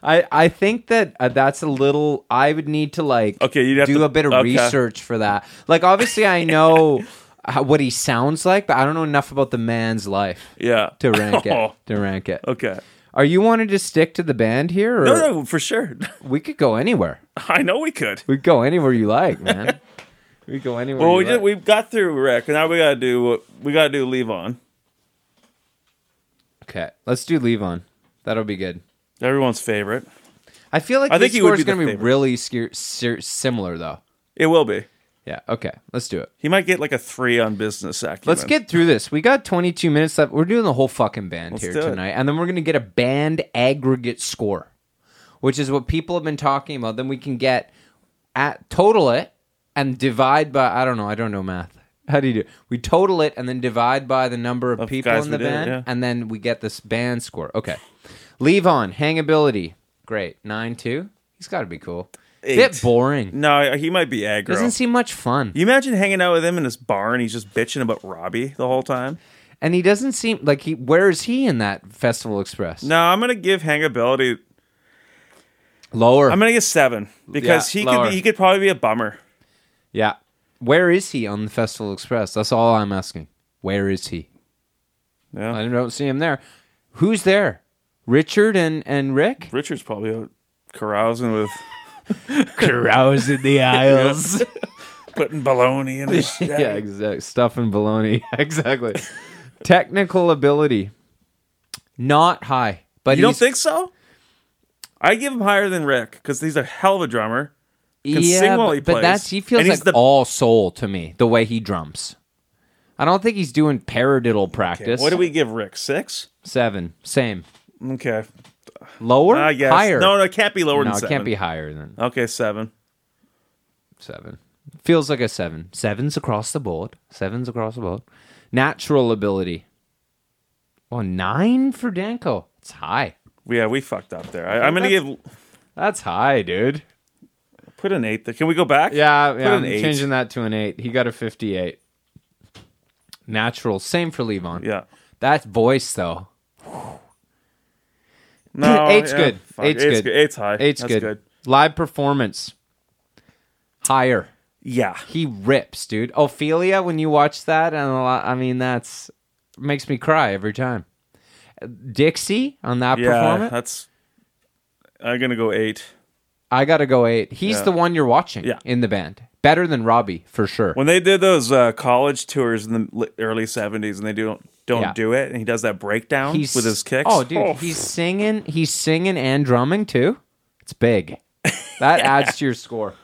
I I think that uh, that's a little. I would need to like Okay, you'd have do to- a bit of okay. research for that. Like obviously, I know how, what he sounds like, but I don't know enough about the man's life Yeah. to rank it. Oh, To rank it. Okay. Are you wanting to stick to the band here, or No, no, for sure. we could go anywhere? I know we could. We go anywhere you like, man. we go anywhere. Well, you we did. like. We got through wreck, and now we gotta do. We gotta do leave on. okay, let's do leave on. That'll be good. Everyone's favorite. I feel like I the think he would score is be the going to be favorite. really skeer- ser- similar, though. It will be. Yeah. Okay. Let's do it. He might get like a three on business acumen. Let's get through this. We got 22 minutes left. We're doing the whole fucking band here do it. tonight, and then we're going to get a band aggregate score, which is what people have been talking about. Then we can get at total it and divide by. I don't know. I don't know math. How do you do? it? We total it and then divide by the number of, people guys in we the did, band, yeah. and then we get this band score. Okay. Leave on hangability. Great nine two. He's got to be cool. Bit Eight. boring. No, he might be aggro. Doesn't seem much fun. you imagine hanging out with him in his bar and he's just bitching about Robbie the whole time? And he doesn't seem like he. Where is he in that Festival Express? No, I'm gonna give hangability. Lower. I'm gonna give seven because Yeah, he lower. could be, he could probably be a bummer. Yeah. Where is he on the Festival Express? That's all I'm asking. Where is he? Yeah, I don't see him there. Who's there? Richard and, and Rick? Richard's probably out carousing with Carousing the aisles. putting baloney in his. yeah, exactly. Stuff and baloney. exactly. Technical ability. Not high. But You don't he's- think so? I give him higher than Rick because he's a hell of a drummer. can yeah, sing but, while he but plays. that's he feels And like he's the- all soul to me, the way he drums. I don't think he's doing paradiddle practice. What do we give Rick? Six? Seven. Same. Okay. Lower? I guess. Higher. No, no, it can't be lower no than it seven. can't be higher than Okay, seven. seven. Feels like a seven. Sevens across the board. Sevens across the board. Natural ability. Oh, nine for Danko. It's high. Yeah, we fucked up there. I, I'm gonna give That's high, dude. put an eight. There. Can we go back? Yeah, Put yeah I'm an eight. changing that to an eight. He got a 58. Natural. Same for Levon. Yeah. That voice, though. No, Eight's yeah, good. fuck. Eight's good. Eight's high. Eight's That's good. Live performance. Higher. Yeah. He rips, dude. Ophelia, when you watch that, and a lot, I mean, that's makes me cry every time. Dixie on that Yeah. performance, That's. I'm gonna go eight. I gotta go eight. He's Yeah. the one you're watching Yeah. in the band, better than Robbie for sure. When they did those uh, college tours in the li- early '70s, and they don't don't Yeah. do it, and he does that breakdown he's with his kicks. Oh, dude, he's singing. He's singing and drumming too. It's big. That adds to your score.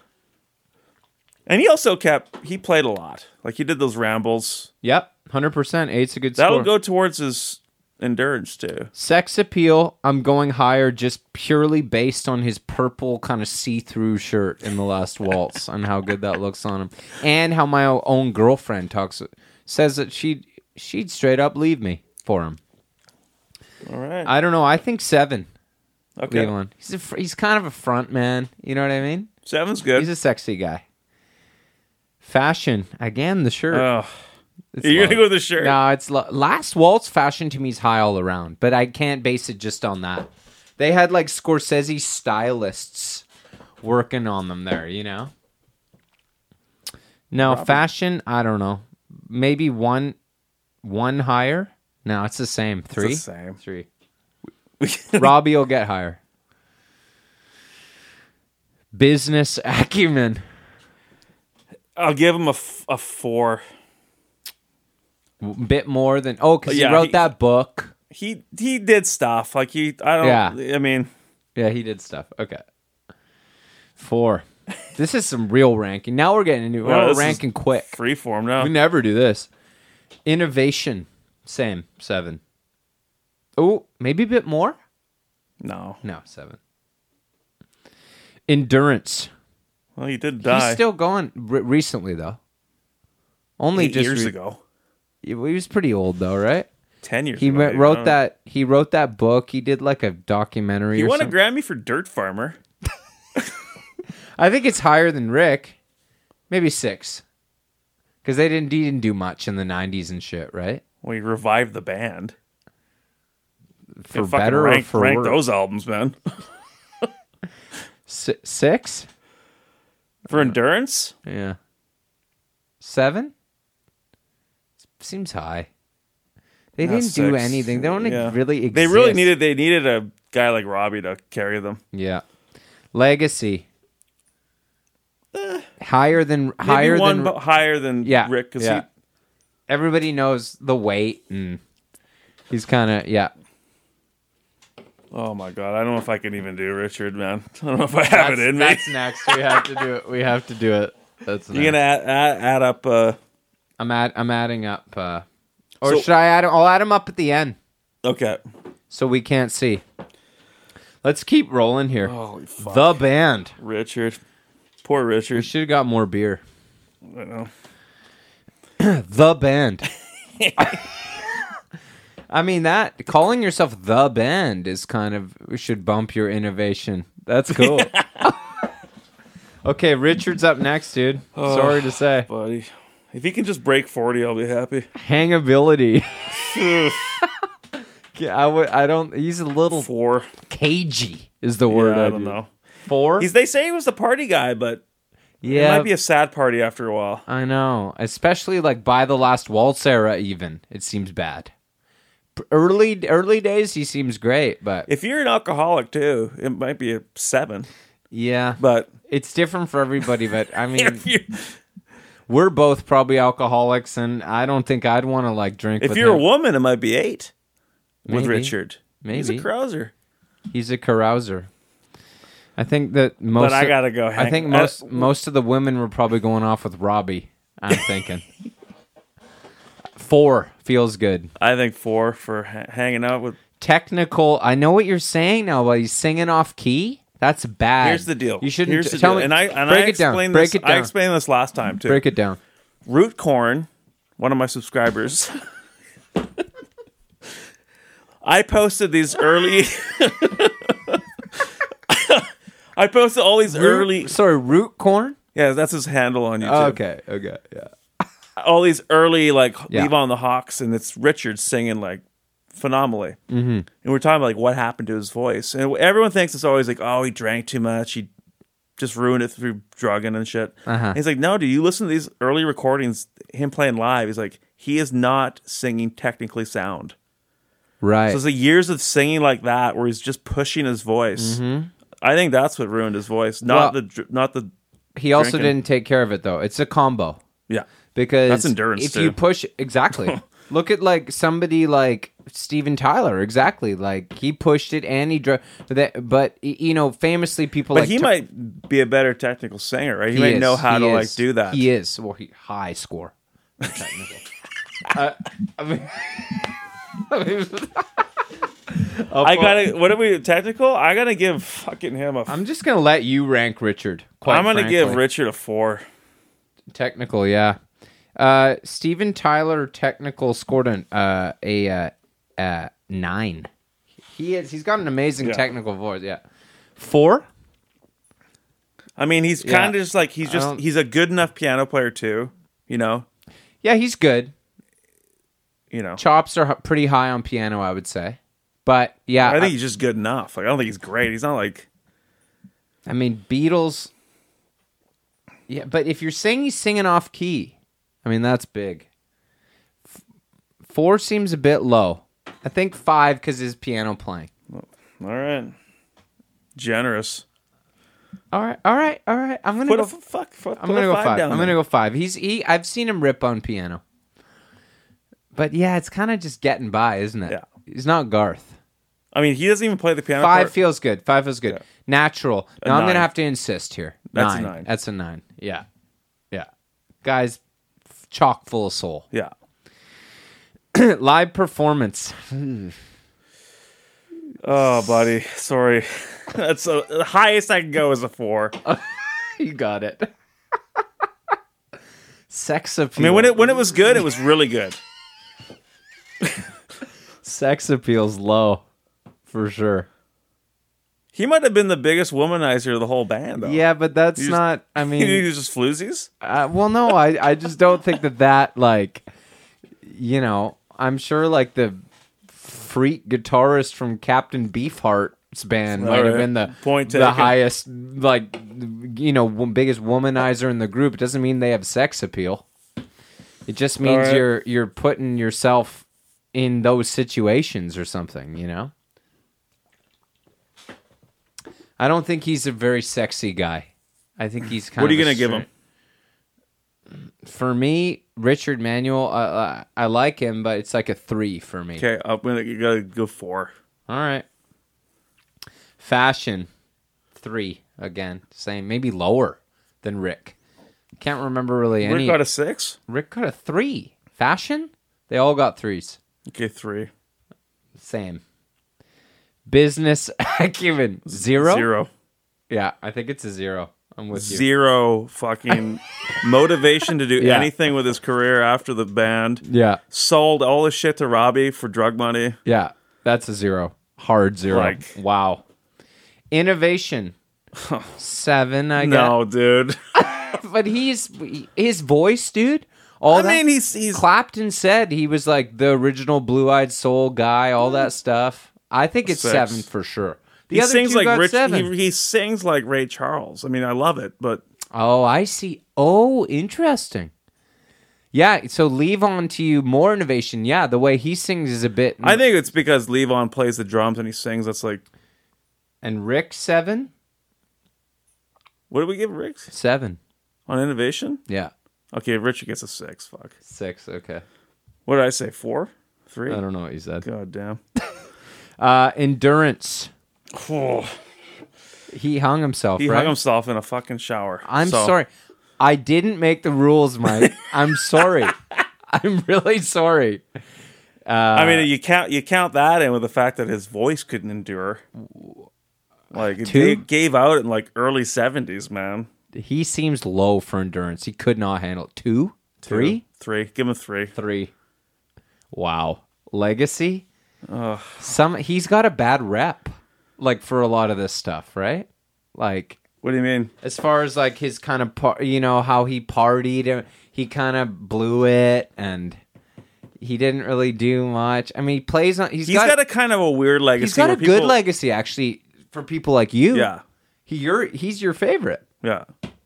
and he also kept he played a lot. Like he did those rambles. Yep, hundred percent. Eight's a good That'll score. go towards his endurance too. Sex appeal. I'm going higher just purely based on his purple kind of see-through shirt in the last waltz and how good that looks on him, and how my own girlfriend talks says that she would she'd straight up leave me for him. All right. I don't know. I think seven. okay. Leland. He's a, fr- he's kind of a front man. You know what I mean? Seven's good. He's a sexy guy. Fashion again. The shirt. oh. It's You're gonna low. go with the shirt. No, it's lo- last waltz fashion to me is high all around, but I can't base it just on that. They had like Scorsese stylists working on them there, you know. No fashion. I don't know. Maybe one, one higher. No, it's the same. Three. same. Three. Robbie will get higher. Business acumen. I'll give him a, f- a four. W- Bit more than oh, because Yeah, he wrote he- that book. He he did stuff like he. I don't. Yeah. I mean, Yeah, he did stuff. Okay. Four. This is some real ranking. Now we're getting into Yeah, we're this is ranking quick. freeform We now. never do this. Innovation. Same. Seven. Oh, maybe a bit more? No. No, seven. Endurance. Well, he did He's die still going re- recently, though. Only eight just years re- ago. He was pretty old, though, right? Ten years. He ago, wrote- even. I wrote don't- that. He wrote that book. He did like a documentary. He or won a something. Grammy for Dirt Farmer. I think it's higher than Rick. Maybe six. Because they didn't, he didn't do much in the 90s and shit, right? Well, he revived the band. For Yeah, fucking better rank, or for rank worse. those albums, man. Si- six? For endurance, Yeah. Seven? Seems high. They Yeah, didn't do six. anything. They don't Yeah. really exist. they really needed they needed a guy like Robbie to carry them. Yeah. Legacy. higher than. higher Eh. Maybe one than. bu- higher than yeah. Rick because yeah. Everybody knows the weight and he's kind of. Yeah. oh my god, I don't know if I can even do Richard, man. I don't know if I have that's, it in me. that's next. We have to do it. We have to do it. That's You're gonna add, add, add up. Uh, I'm add, I'm adding up. Uh, or So- should I add? 'em- I'll add them up at the end okay, so we can't see. Let's keep rolling here. Holy Oh, fuck. the band. Richard, poor We Richard. should have got more beer. I don't know. The band. I mean that calling yourself the band is kind of should bump your innovation. That's cool. okay, Richard's up next, dude. Sorry to say. buddy. If he can just break forty, I'll be happy. hangability. Yeah, I would. I don't. He's a little Four. cagey. Is the Yeah, word I I'd don't use. know. Four. He's. They say he was the party guy, but it yeah, might be a sad party after a while. I know. Especially like by the last waltz era, even it seems bad. P- Early early days, he seems great, but If you're an alcoholic too, it might be a seven. yeah, But it's different for everybody. But I mean, if you we're both probably alcoholics, and I don't think I'd want to like drink. if with you're a him. woman, it might be eight. With Maybe. Richard, he's a Maybe. Krauser. He's a carouser. I think that most. But I of- gotta go. Hang. I think most most of the women were probably going off with Robbie. I'm thinking four feels good. I think four for ha- hanging out with. Technical. I know what you're saying now, but he's singing off key. That's bad. Here's the deal. You shouldn't Here's the tell deal. me. And I and break I it down. explained Break this. it down. I explained this last time too. break it down. root corn, one of my subscribers. I posted these early. I posted all these early. Root- sorry, root corn. Yeah, that's his handle on YouTube. Okay, okay, yeah. All these early like Yeah. Leave on the Hawks, and it's Richard singing like phenomenally. Mm-hmm. And we're talking about like what happened to his voice, and everyone thinks it's always like, oh, he drank too much. He just ruined it through drugging and shit. Uh-huh. And he's like, no, do you listen to these early recordings? Him playing live, he's like, he is not singing technically sound. Right. So it's the years of singing like that where he's just pushing his voice. I think that's what ruined his voice, not Mm-hmm. Well- the dr- not the he also drinking. didn't take care of it though. It's a combo yeah. because That's endurance, If too. you push exactly, look at like somebody like Steven Tyler. Exactly, like he pushed it and he drove. That, but y- you know, famously people But like he to- might be a better technical singer, right? He, might is, know how he to is, like do that. He is well, he, high score. Technical. uh, I mean, I mean- I gotta. What are we technical? I gotta give fucking him a. f- I'm just gonna let you rank Richard. Quite I'm gonna give frankly. Richard a four. Technical, yeah. Uh, Steven Tyler technical scored an uh, a uh, uh, nine. He is. He's got an amazing Yeah. technical voice. Yeah, four. I mean, he's Yeah. kind of just like he's just don't- he's a good enough piano player too. You know, Yeah, he's good. you know. Chops are h- pretty high on piano, I would say. But yeah, I think he's just good enough. Like I don't think he's great. He's not like I mean Beatles. Yeah, but if you're saying he's singing off key, I mean that's big. F- four seems a bit low. I think five because his piano playing. all right, generous. All right, all right, all right. I'm gonna Put go a f- fuck. Put, I'm put a gonna go five five. down I'm there. gonna go five. He's he. I've seen him rip on piano, but yeah, it's kind of just getting by, isn't it? Yeah. He's not Garth. I mean, he doesn't even play the piano. Five part. feels good. Five feels good. Natural. Now i I'm nine. gonna have to insist here. That's a nine. nine. That's a nine. Yeah, yeah. Guys, f- chock full of soul. yeah. Live performance. Oh, buddy. Sorry. That's a, the highest I can go is a four. I you got it. Sex appeal. mean, when it when it was good, it was really good. sex appeals low, for sure. He might have been the biggest womanizer of the whole band, though. Yeah, but that's You just- not. I You mean, think he was just floozies. Uh, well, no, I, I just don't think that that like, you know, I'm sure like the freak guitarist from Captain Beefheart's band might have Alright. been the Point the taken. highest like, you know, wo- biggest womanizer in the group. It doesn't mean they have sex appeal. It just means Alright. you're you're putting yourself in those situations or something, you know. I don't think he's a very sexy guy. I think he's kind What are of you a gonna give straight- him? for me, Richard Manuel, I, I, I like him, but it's like a three for me. Okay, I'm gonna you gotta go four. All right. Fashion, three again, same, maybe lower than Rick. Can't remember really Rick any. got a six. Rick got a three. Fashion, they all got threes. Okay, three. Same. Business acumen, zero. Zero. Yeah, I think it's a zero. I'm with you. Zero fucking motivation to do Yeah. anything with his career after the band. Yeah, Sold all his shit to Robbie for drug money. yeah, that's a zero. Hard zero. Like- wow. Innovation. Seven, I guess. No, dude. but he's his voice, dude. All I that, mean, he's he's Clapton said he was like the original Blue Eyed Soul guy, all that stuff. I think it's Six. seven for sure. The he other sings two like got Rich. seven. He, he sings like Ray Charles. I mean, I love it, but Oh, I see. Oh, interesting. Yeah, so leave on to you more innovation. Yeah, the way he sings is a bit. I think it's because Levon plays the drums and he sings. That's like, and Rick seven, what do we give Riggs seven. on innovation? Yeah, Okay, Richard gets a six. Fuck. six. Okay, What did I say? Four, three. I don't know what you said. God damn. Uh, endurance. Oh, He hung himself. he right? hung himself in a fucking shower. I'm So, sorry. I didn't make the rules, Mike. I'm sorry. I'm really sorry. I Uh, mean, you count you count that in with the fact that his voice couldn't endure. Like Two? they gave out in like early seventies, man. He seems low for endurance. He could not handle it. Two? Three? three. Give him a three. Three. Wow. Legacy? Some he's got a bad rep, like for a lot of this stuff, right? Like What do you mean? as far as like his kind of par- you know how he partied uh, he kind of blew it and he didn't really do much i mean he plays on He's got, a kind of a weird legacy. he's got where a good people- legacy actually for people like you Yeah. he your he's your favorite Yeah.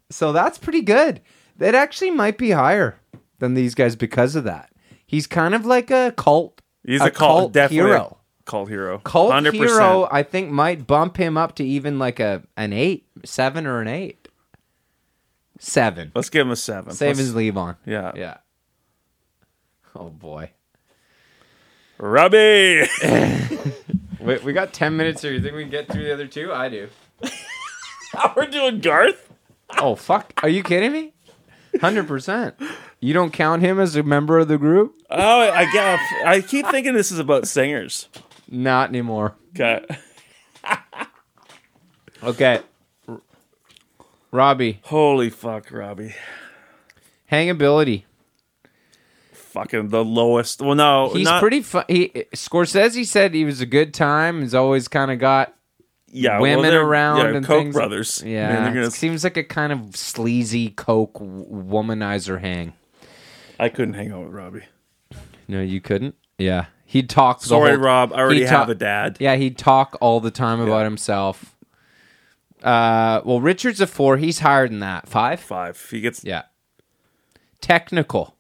so that's pretty good that actually might be higher than these guys because of that he's kind of like a cult He's a, cult, definitely a hero cult hero. cult 100%. hero i think might bump him up to even like a an eight seven or an eight seven Let's give him a seven. Save Let's his leave on. Yeah. Yeah. Uh, Oh boy. Robbie. Wait, we got ten minutes here. You think we can get through the other two? I do. We're doing Garth. Oh fuck. Are you kidding me? Hundred percent. You don't count him as a member of the group? Oh, I guess I keep thinking this is about singers. Not anymore. Okay. Okay. R- Robbie. Holy fuck, Robbie. Hangability. Fucking the lowest. Well, no, He's not, pretty fu- he Scorsese said he was a good time. He's always kind of got yeah, women well, they're- around Yeah, and Koch things. brothers. Man, yeah. they're gonna- it seems like a kind of sleazy coke w- womanizer hang. I couldn't hang out with Robbie. No, you couldn't. Yeah, he'd talk. the Sorry, whole- Rob. I already he'd have ta- a dad. Yeah, he'd talk all the time about himself. Uh, well, Richard's a four. He's higher than that. Five. Five. He gets. Yeah. Technical.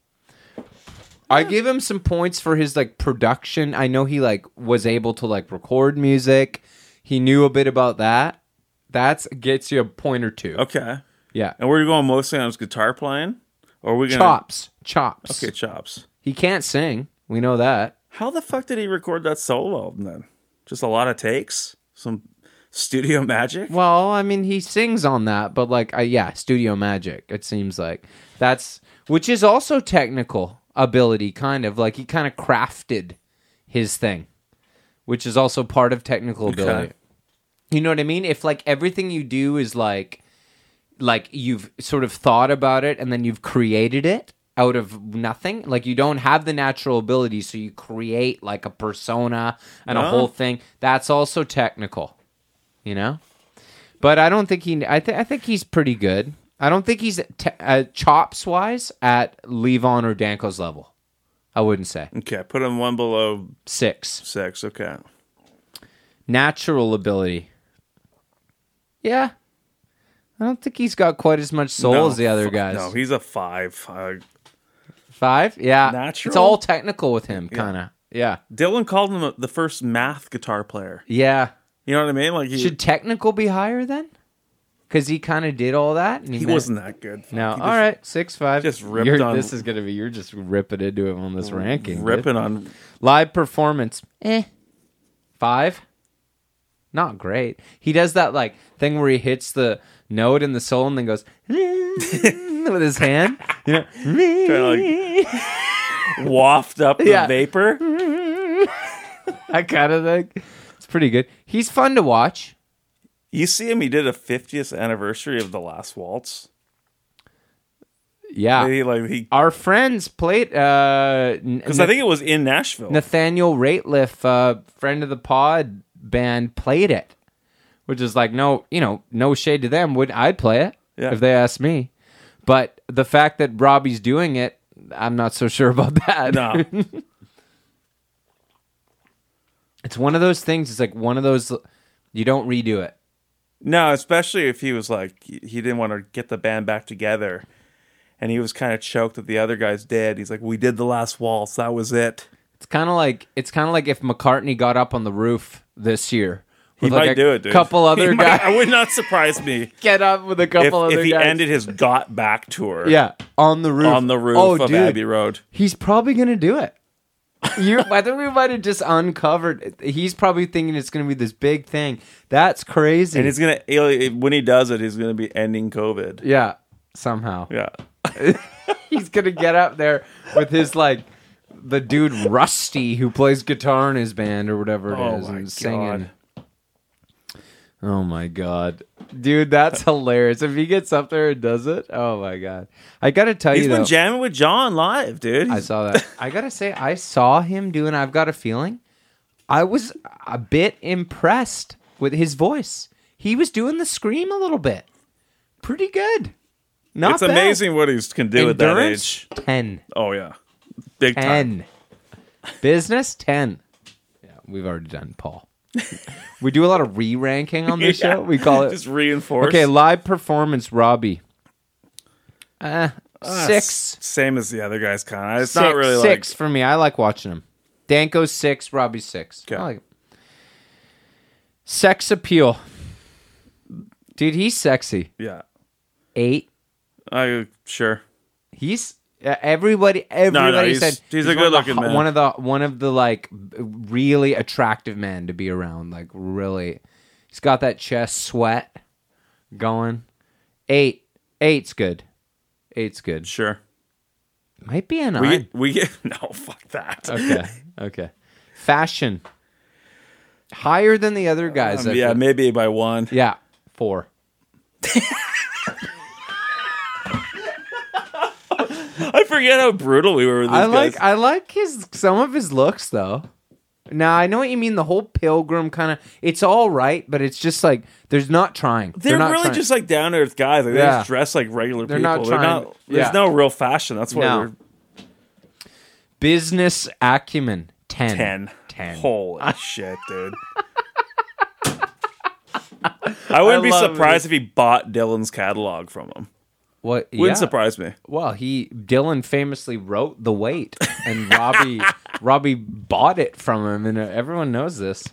I give him some points for his like production. I know he like was able to like record music. He knew a bit about that. That's gets you a point or two. Okay. Yeah. And we're going mostly on his guitar playing, or are we gonna Chops. Chops. Okay, chops. He can't sing. We know that. How the fuck did he record that solo album then? Just a lot of takes, some studio magic. Well, I mean, he sings on that, but like, uh, yeah, studio magic. It seems like that's which is also technical ability, kind of like he kind of crafted his thing, which is also part of technical ability. You know what I mean? If like everything you do is like, like you've sort of thought about it and then you've created it out of nothing, like you don't have the natural ability, so you create like a persona and a No. whole thing. That's also technical, you know. But I don't think he. I think I think he's pretty good. I don't think he's t- uh, chops wise at Levon or Danko's level. I wouldn't say Okay, put him one below six six. Okay, natural ability. Yeah, I don't think he's got quite as much soul No, as the other fuck guys. No, he's a five. Uh, Five. Yeah, Natural? It's all technical with him, kind of. Yeah. Dylan called him the first math guitar player. yeah, You know what I mean? Like he, Should technical be higher then? Because he kind of did all that. And he he meant- wasn't that good. No, He all was right, six five. just ripped You're- on- This is gonna be you're just ripping into him on this ranking. dude. ripping on. Live performance. Eh. Five. Not great. He does that like thing where he hits the note in the soul and then goes with his hand. You know, Kinda waft up the Yeah. vapor. I kind of like it's pretty good. He's fun to watch. You see him? He did a 50th anniversary of the last waltz. Yeah. He like he Our friends played uh because I think it was in Nashville. Nathaniel Rateliff, uh, friend of the pod band, played it, which is like no, you know, no shade to them. Would I'd play it Yeah. if they asked me? But the fact that Robbie's doing it, I'm not so sure about that. no, it's one of those things. It's like one of those you don't redo it. No, especially if he was like he he didn't want to get the band back together, and he was kind of choked that the other guys did. He's like, "We did the last waltz. That was it." It's kind of like it's kind of like if McCartney got up on the roof this year. He with, might like, a do it, dude. Couple other He might- guys I would not surprise me get up with a if, couple other if he guys. ended his "Got Back" tour, yeah, on the roof. on the roof oh, of dude. Abbey Road. He's probably gonna do it. You, I think we might have just uncovered. He's probably thinking it's gonna be this big thing. That's crazy. And he's gonna he'll- when he does it, he's gonna be ending COVID. yeah, somehow Yeah, he's gonna get up there with his like the dude Rusty who plays guitar in his band or whatever it is Oh my and God. singing. Oh my god, dude, that's hilarious! If he gets up there and does it, oh my god, I gotta tell he's you been though, jamming with John live, dude. I He's- saw that. I gotta say, I saw him doing. I've got a feeling. I was a bit impressed with his voice. He was doing the scream a little bit. Pretty good. Not it's bad. amazing what he can do at that Endurance age. ten. Oh yeah, big time. Ten. Business ten. Yeah, we've already done Paul. we do a lot of re-ranking on this Yeah. show. We call it just reinforce. Okay, live performance, Robbie. Uh, Ah, six. s- Same as the other guys, kind of. It's six, not really six for me. I like watching him. Danko's six, Robbie's six. Okay. I like it. Sex appeal. Dude, he's sexy. like yeah. Eight. I sure. He's uh, everybody. Everybody he's- said he's one a of the good-looking ho- man. One of the one of the like b- really attractive men to be around. Like really, he's got that chest sweat going. Eight. Eight's good. Eight's good. Sure. Might be a We nine. get, we get no fuck that. Um, okay. Okay. Fashion. Higher than the other guys. Um, I yeah, feel. maybe by one. Yeah. Four. I forget how brutal we were with these I guys. like I like his some of his looks though. Now I know what you mean. The whole pilgrim kind of it's all right, but it's just like there's not trying. they're, not really trying. just like down to earth guys. Like, They Yeah. just dress like regular They're people. not they're trying- not. There's yeah. no real fashion. That's why No. we're business acumen. Ten. ten. Ten. Holy shit, dude. I wouldn't be love surprised if he bought Dylan's catalog from him. What? Wouldn't yeah. surprise me. Well, he Dylan famously wrote the weight, and Robbie Robbie bought it from him, and everyone knows this.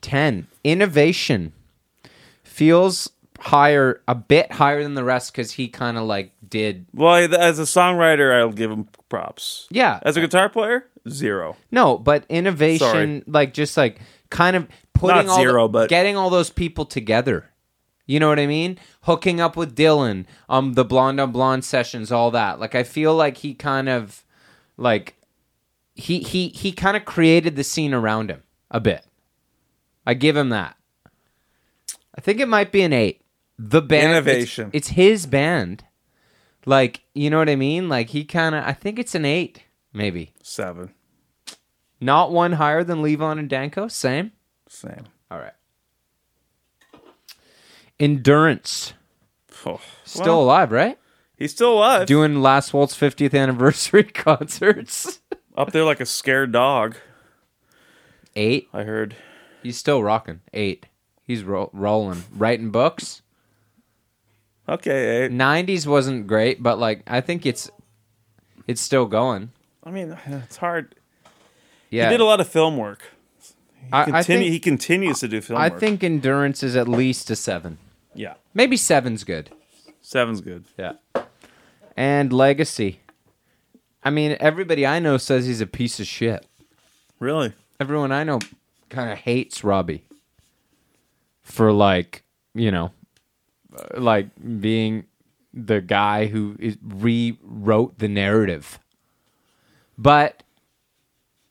Ten innovation feels higher, a bit higher than the rest because he kind of like did. Well, I- as a songwriter, I'll give him props. Yeah. As a guitar player, zero. No, but innovation, Sorry. like just like kind of putting Not all the- zero, but- getting all those people together. You know what I mean? Hooking up with Dylan, um, the blonde on blonde sessions, all that. Like I feel like he kind of, like, he he he kind of created the scene around him a bit. I give him that. I think it might be an eight. The band it's- Innovation. it's his band. Like you know what I mean? Like he kind of. I think it's an eight, maybe. Seven. Not one higher than Levon and Danko. Same. Same. All right. Endurance. Oh, Still well, alive, right? he's still alive. Doing Last Waltz 50th anniversary concerts. Up there like a scared dog. Eight. I heard. He's still rocking. Eight. He's ro- rolling. Writing books. Okay, eight. 90s wasn't great, but like I think it's it's still going. I mean, it's hard. Yeah. He did a lot of film work. I, Continue, I think, he continues to do film I work. think endurance is at least a seven. Yeah. Maybe seven's good. Seven's good. Yeah. And legacy. I mean, everybody I know says he's a piece of shit. Really? Everyone I know kind of hates Robbie for like, you know, uh, like being the guy who is, rewrote the narrative. But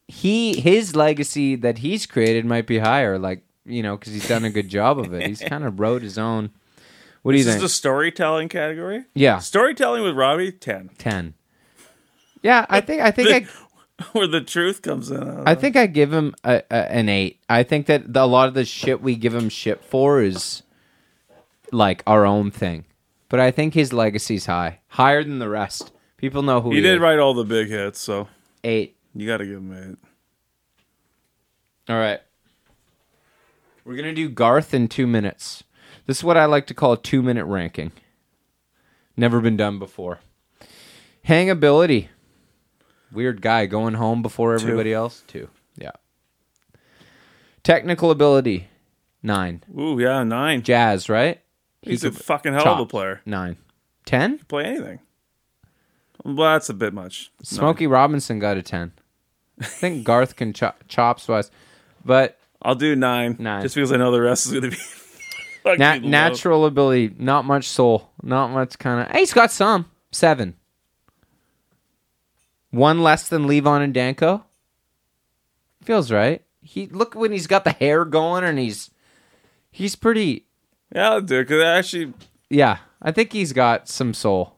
he his legacy that he's created might be higher like, you know, cuz he's done a good job of it. He's kind of wrote his own What do This you is think? the storytelling category? Yeah. Storytelling with Robbie, 10. 10. Yeah, I think I think I Where the truth comes in. I think I give him a, a, an eight. I think that the, a lot of the shit we give him shit for is like our own thing, but I think his legacy's high, higher than the rest. People know who he, He did is. write all the big hits, so Eight. you got to give him eight. All right, we're gonna do Garth in two minutes. This is what I like to call a two-minute ranking. Never been done before. Hangability. Weird guy going home before everybody else. Two. Yeah. Technical ability. Nine. Ooh, yeah, nine. Jazz, right? He He's a could- fucking hell of a chopped. player. Nine. Ten? Play anything. Well, that's a bit much. Smokey Robinson got a ten. I think Garth can cho- chops wise. But I'll do nine. Nine. Just because I know the rest is going to be. fucking na- low. natural ability, not much soul. Not much kind of. Hey, he's got some. Seven. One less than Levon and Danko. Feels right. He look when he's got the hair going and he's he's pretty Yeah, I'll do it because actually, yeah, I think he's got some soul.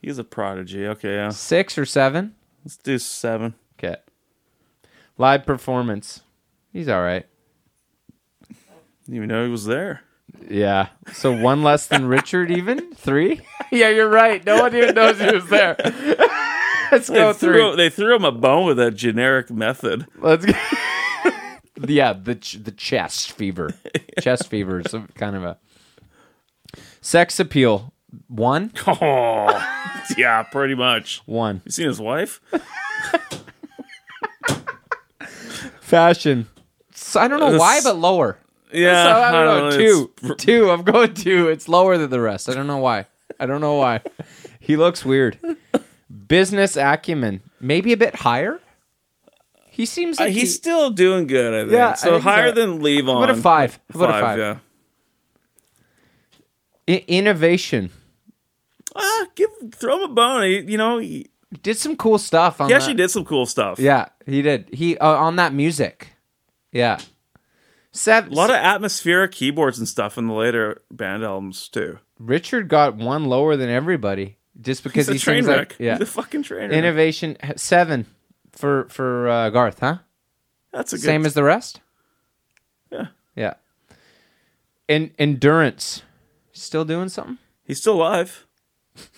he's a prodigy. Okay, yeah. Six or seven? Let's do seven. Okay. Live performance. He's all right. Didn't even know he was there. Yeah. So one less than Richard, even three. Yeah, you're right. No one even knows he was there. Let's They, go threw, through. they threw him a bone with that generic method. Let's. Go. yeah, the ch- the chest fever. Chest fever is some kind of a sex appeal. One, Oh, yeah, pretty much. one. You seen his wife? Fashion. So I don't know This- why, but lower. Yeah, So I don't, know. Two, it's- two. I'm going two. It's lower than the rest. I don't know why. I don't know why. He looks weird. Business acumen, maybe a bit higher. He seems Uh, like he's he's still doing good, I think. Yeah, I so think he's higher all- than Levon. about a five? How about a five? Yeah. I- innovation. Ah, give throw him a bone. He- you know, he, Did some cool stuff. On he actually that. did some cool stuff. Yeah, he did. He uh, on that music. Yeah, seven. A lot of atmospheric keyboards and stuff in the later band albums too. Richard got one lower than everybody just because He's a he train seems wreck. like yeah. He's a fucking train wreck. Innovation h- seven for for uh, Garth, huh? That's a good Same as the rest. Yeah. Yeah. And endurance, still doing something. He's still alive.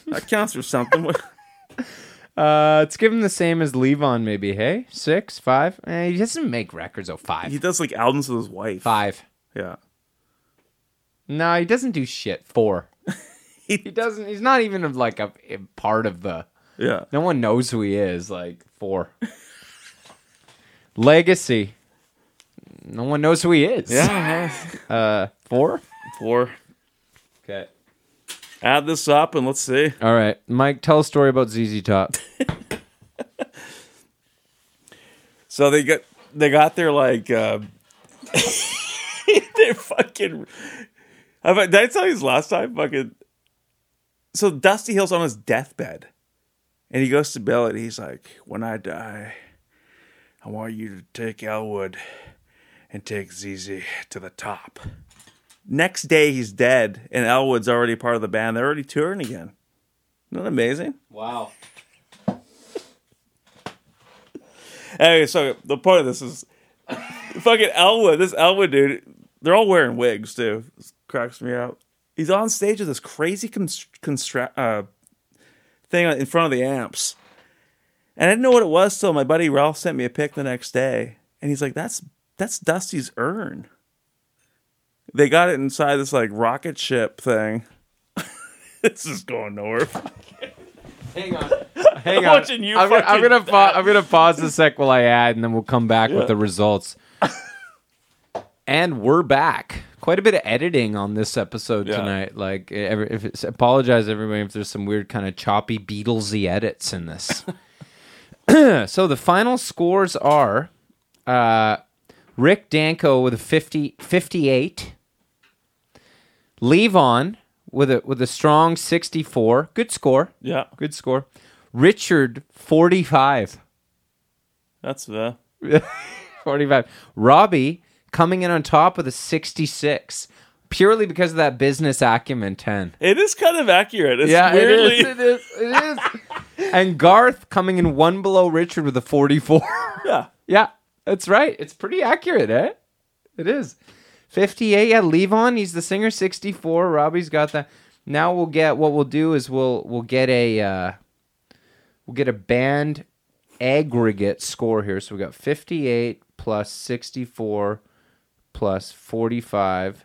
That counts for something. What- Uh, let's give him the same as Levon, maybe. Hey, six, five. Eh, he doesn't make records. Oh, five, he does like albums with his wife. five. Yeah. No, he doesn't do shit. Four. He- He doesn't. He's not even of like a, a part of the. yeah. No one knows who he is. Like four. Legacy. No one knows who he is. Yeah. Uh, four. Four. Okay. Add this up and let's see. All right, Mike. Tell a story about ZZ Top. So they got they got their like uh, their fucking. I bet- Did I tell you this last time? Fucking. So Dusty Hill's on his deathbed, and he goes to Bill and he's like, "When I die, I want you to take Elwood and take ZZ to the top." Next day he's dead, and Elwood's already part of the band. They're already touring again. Isn't that amazing? Wow. Anyway, so the point of this is fucking Elwood, this Elwood dude, they're all wearing wigs too. This cracks me out. He's on stage with this crazy constr constra- uh, thing in front of the amps. And I didn't know what it was till my buddy Ralph sent me a pic the next day. And he's like, that's that's Dusty's urn. They got it inside this like rocket ship thing. this is going nowhere. Hang on. Hang I'm on. watching you I'm, gonna- I'm fucking- gonna pa- I'm gonna pause a sec while I add, and then we'll come back with the results. and we're back. Quite a bit of editing on this episode Yeah. tonight. Like, e, every, if it's, apologize everybody if there's some weird kind of choppy Beatlesy edits in this. so the final scores are uh, Rick Danko with a 50, 58. Levon with a with a strong 64. Good score. Yeah, Good score. Richard, 45. that's the 45. Robbie coming in on top with a 66, purely because of that business acumen 10. it is kind of accurate. It's yeah, weirdly it is. It is. It is. and Garth coming in one below Richard with a 44. Yeah. yeah, that's right. It's pretty accurate, eh? It is. 58. Yeah, Levon, he's the singer, 64. Robbie's got that. Now we'll get what we'll do is we'll we'll get a uh, we'll get a band aggregate score here. So we got 58 plus 64 plus 45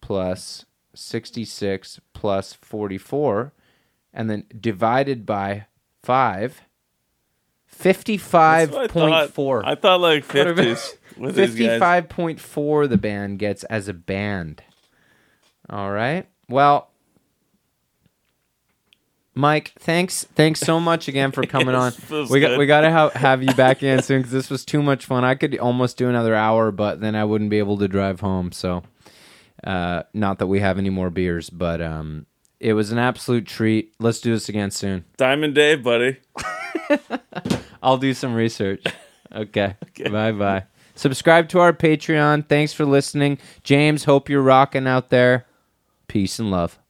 plus 66 plus 44 and then divided by 5 That's what I thought. 55.4 I thought like Would've been- fifties with these guys. 55.4 the band gets as a band. All right. Well, Mike, thanks thanks so much again for coming on. This was We got good. we got to ha- have you back in soon cuz this was too much fun. I could almost do another hour, but then I wouldn't be able to drive home, so uh not that we have any more beers, but um it was an absolute treat. Let's do this again soon. Diamond Dave, buddy. I'll do some research. Okay. Bye bye. Subscribe to our Patreon. Thanks for listening. James, hope you're rocking out there. Peace and love.